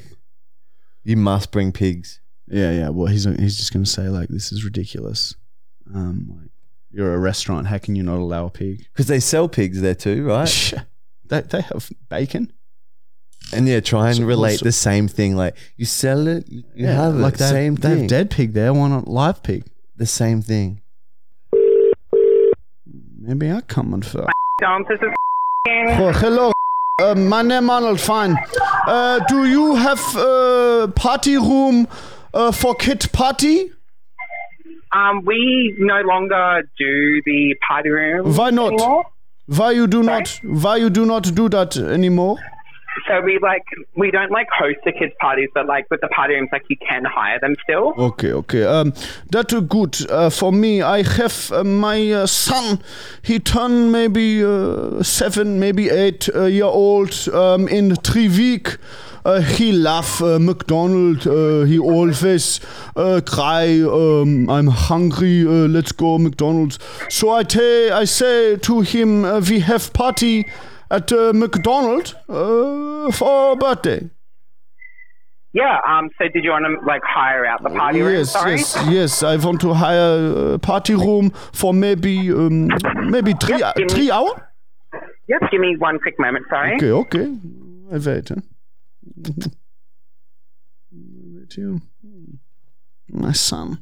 A: "You must bring pigs."
H: Yeah, yeah. Well, he's he's just gonna say like, "This is ridiculous." Um, like, you're a restaurant. How can you not allow a pig?
A: Because they sell pigs there too, right?
H: they they have bacon.
A: And yeah, try and
H: So-
A: relate
H: so-
A: the same thing. Like you sell it, you have it.
H: like they,
A: same
H: they
A: thing.
H: have dead pig there. Why not live pig?
A: the same thing.
H: Maybe I'm coming for.
I: Don't. This is
H: Oh, hello. Uh, my name Arnold Fine. Uh, do you have uh, party room uh, for kid party?
J: Um, we no longer do the party room
H: Why not?
J: anymore.
H: Why you do not? Why you do not do that anymore?
J: So we like we don't like host the kids' parties, but like with the party rooms, like you can hire them still.
H: Okay, okay. Um, that uh, good uh, for me. I have uh, my uh, son. He turned maybe uh, seven, maybe eight uh, year old um, in three week. Uh, he love uh, McDonald. Uh, he always uh, cry. Um, I'm hungry. Uh, let's go McDonald's. So I ta- I say to him, uh, we have party at uh, McDonald uh, for birthday.
J: Yeah. Um. So did you want to like hire out the party room?
H: Yes,
J: Sorry.
H: yes, yes. I want to hire a party room for maybe um, maybe three
J: Yes, give me-
H: three hour.
J: Yep. Give me one quick moment. Sorry.
H: Okay, okay. I wait. Huh? wait here. My son,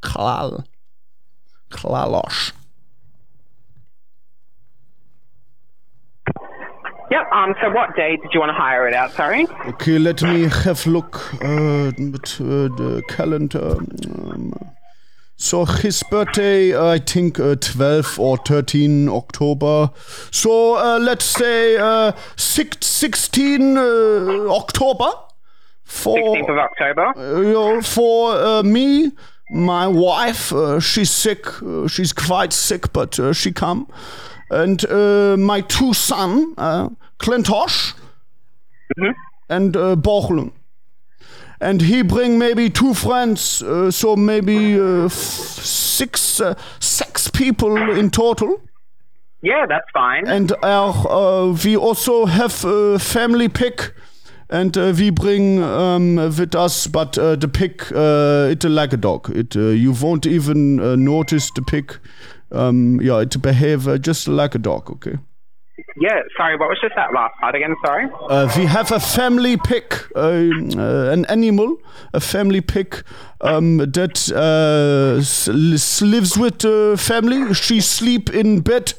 H: Klal, Klalosh.
J: Yep. Um. So what day did you want to hire it out? Sorry.
H: Okay, let me have look uh, at uh, the calendar. Um, so his birthday, I think, uh, 12 or 13 October. So uh, let's say uh, six, 16 uh, October
J: Sixteenth of
H: for
J: October.
H: uh, for uh, me. My wife, uh, she's sick. Uh, she's quite sick, but uh, she come. And uh, my two son, uh, Clintosh
J: Mm-hmm.
H: and uh, Bochlum. And he bring maybe two friends, uh, so maybe uh, f- six, uh, six people in total.
J: Yeah, that's fine.
H: And auch, uh, we also have a family pig, and uh, we bring um, with us. But uh, the pig, uh, it like a dog. It uh, you won't even uh, notice the pig. Um, yeah, it behave uh, just like a dog. Okay.
J: yeah. Sorry. What was just that last part again? Sorry.
H: Uh, we have a family pig, um, uh, an animal, a family pig um, that uh, s- s- lives with the family. She sleep in bed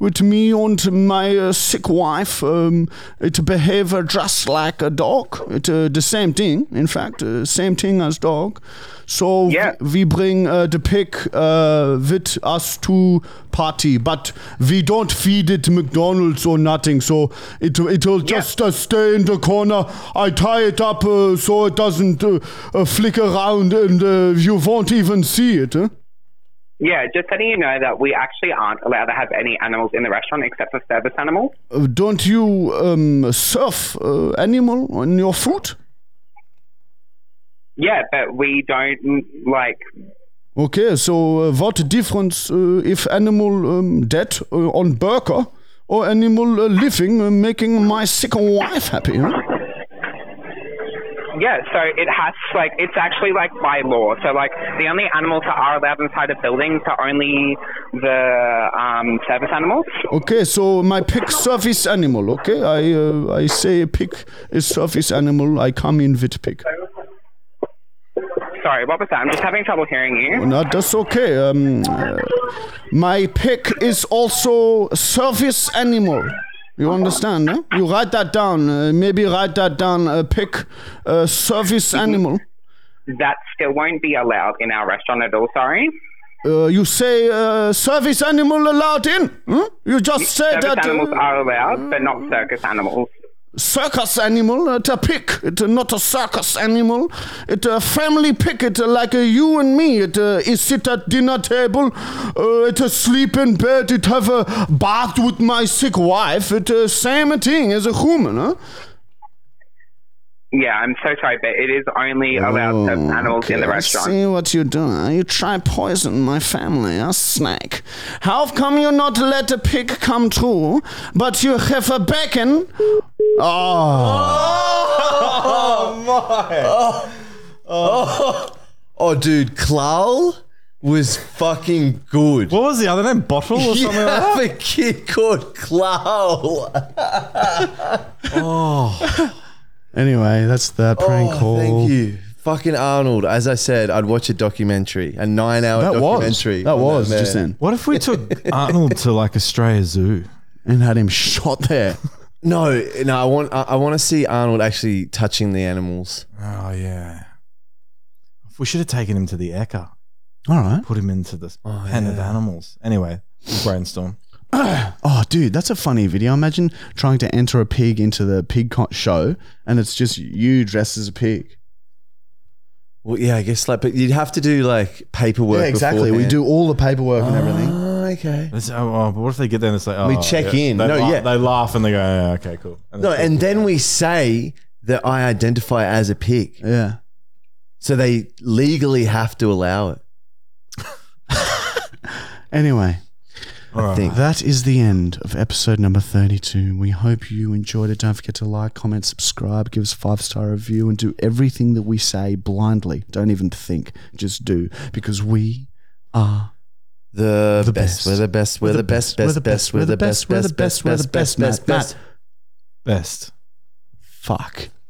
H: with me and my uh, sick wife. Um, it behave just like a dog. It uh, the same thing, in fact, uh, same thing as dog. So
J: Yeah.
H: we, we bring uh, the pig uh, with us to party, but we don't feed it McDonald's or nothing. So it it'll just uh, stay in the corner. I tie it up uh, so it doesn't uh, uh, flick around, and uh, you won't even see it. Huh?
J: Yeah. Just letting you know that we actually aren't allowed to have any animals in the restaurant except for service animals.
H: Uh, Don't you um, serve uh, animal on your food?
J: Yeah, but we don't mm, like.
H: Okay, so uh, what difference uh, if animal um, dead uh, on burger or animal uh, living uh, making my sick wife happy? Huh?
J: Yeah, so it has like it's actually like by law. So like the only animals that are allowed inside of buildings are only the um, service animals.
H: Okay, so my pig service animal. Okay, I uh, I say pig is service animal. I come in with pig.
J: sorry, what was that? I'm just having trouble hearing you.
H: No, that's okay. Um, uh, my pick is also service animal. You understand? Eh? You write that down. Uh, maybe write that down. Uh, pick uh, service animal.
J: That still won't be allowed in our restaurant at all, sorry.
H: Uh, you say uh, service animal allowed in? Hmm? You just say
J: Service
H: that.
J: animals
H: uh,
J: are allowed, but not circus animals.
H: circus animal. It's a pig. It's not a circus animal. It's a family pig. It's like uh, you and me. It uh, is sit at dinner table. Uh, it uh, sleep in bed. It have a bath with my sick wife. It uh, same thing as a human, huh?
J: Yeah, I'm so sorry, but it is only
A: Oh.
J: allowed service animals in the
H: Okay, I
J: restaurant.
H: see what you're doing. You try poison my family, a snake. How come you not let a pig come through, but you have a bacon? Oh.
C: Oh my! Oh, oh. oh dude, Klal was fucking good.
B: What was the other name? Bottle or
C: You
B: something like
C: have
B: that?
C: a kid called Klal.
H: Anyway, that's the prank call.
C: Oh, Thank you. Fucking Arnold. As I said, I'd watch a documentary, a nine hour
H: That was.
C: documentary.
H: That
C: on
H: was
C: man.
H: just then.
B: What if we took Arnold to like Australia Zoo?
H: And had him shot there.
C: No, no, I want I, I want to see Arnold actually touching the animals.
B: Oh yeah. We should have taken him to the Eka.
H: All right.
B: Put him into the pen of animals. Anyway, we brainstorm.
H: Oh, dude, that's a funny video. Imagine trying to enter a pig into the pig co- show, and it's just you dressed as a pig.
C: Well, yeah, I guess like, but you'd have to do like paperwork.
H: yeah, exactly. We
C: beforehand.
H: do all the paperwork and everything.
C: Oh, okay.
B: It's, oh, oh, but what if they get there and it's like, oh,
C: We check
B: yeah.
C: in.
B: They
C: No,
B: laugh,
C: yeah.
B: They laugh and they go, yeah, okay, cool.
C: No,
B: it's like,
C: and then we say that I identify as a pig,
H: Yeah.
C: so they legally have to allow it.
H: Anyway,
B: all right.
C: think.
H: that is the end of episode number 32. We hope you enjoyed it. Don't forget to like, comment, subscribe, give us a five star review, and do everything that we say blindly. Don't even think, just do, because we are.
C: The,
H: The
C: best.
H: best.
C: We're the best. We're the best. Best. Best. We're the best. Best. Best. Best. Best. Best.
H: Matt,
C: Best.
H: Matt.
B: Best.
H: Fuck.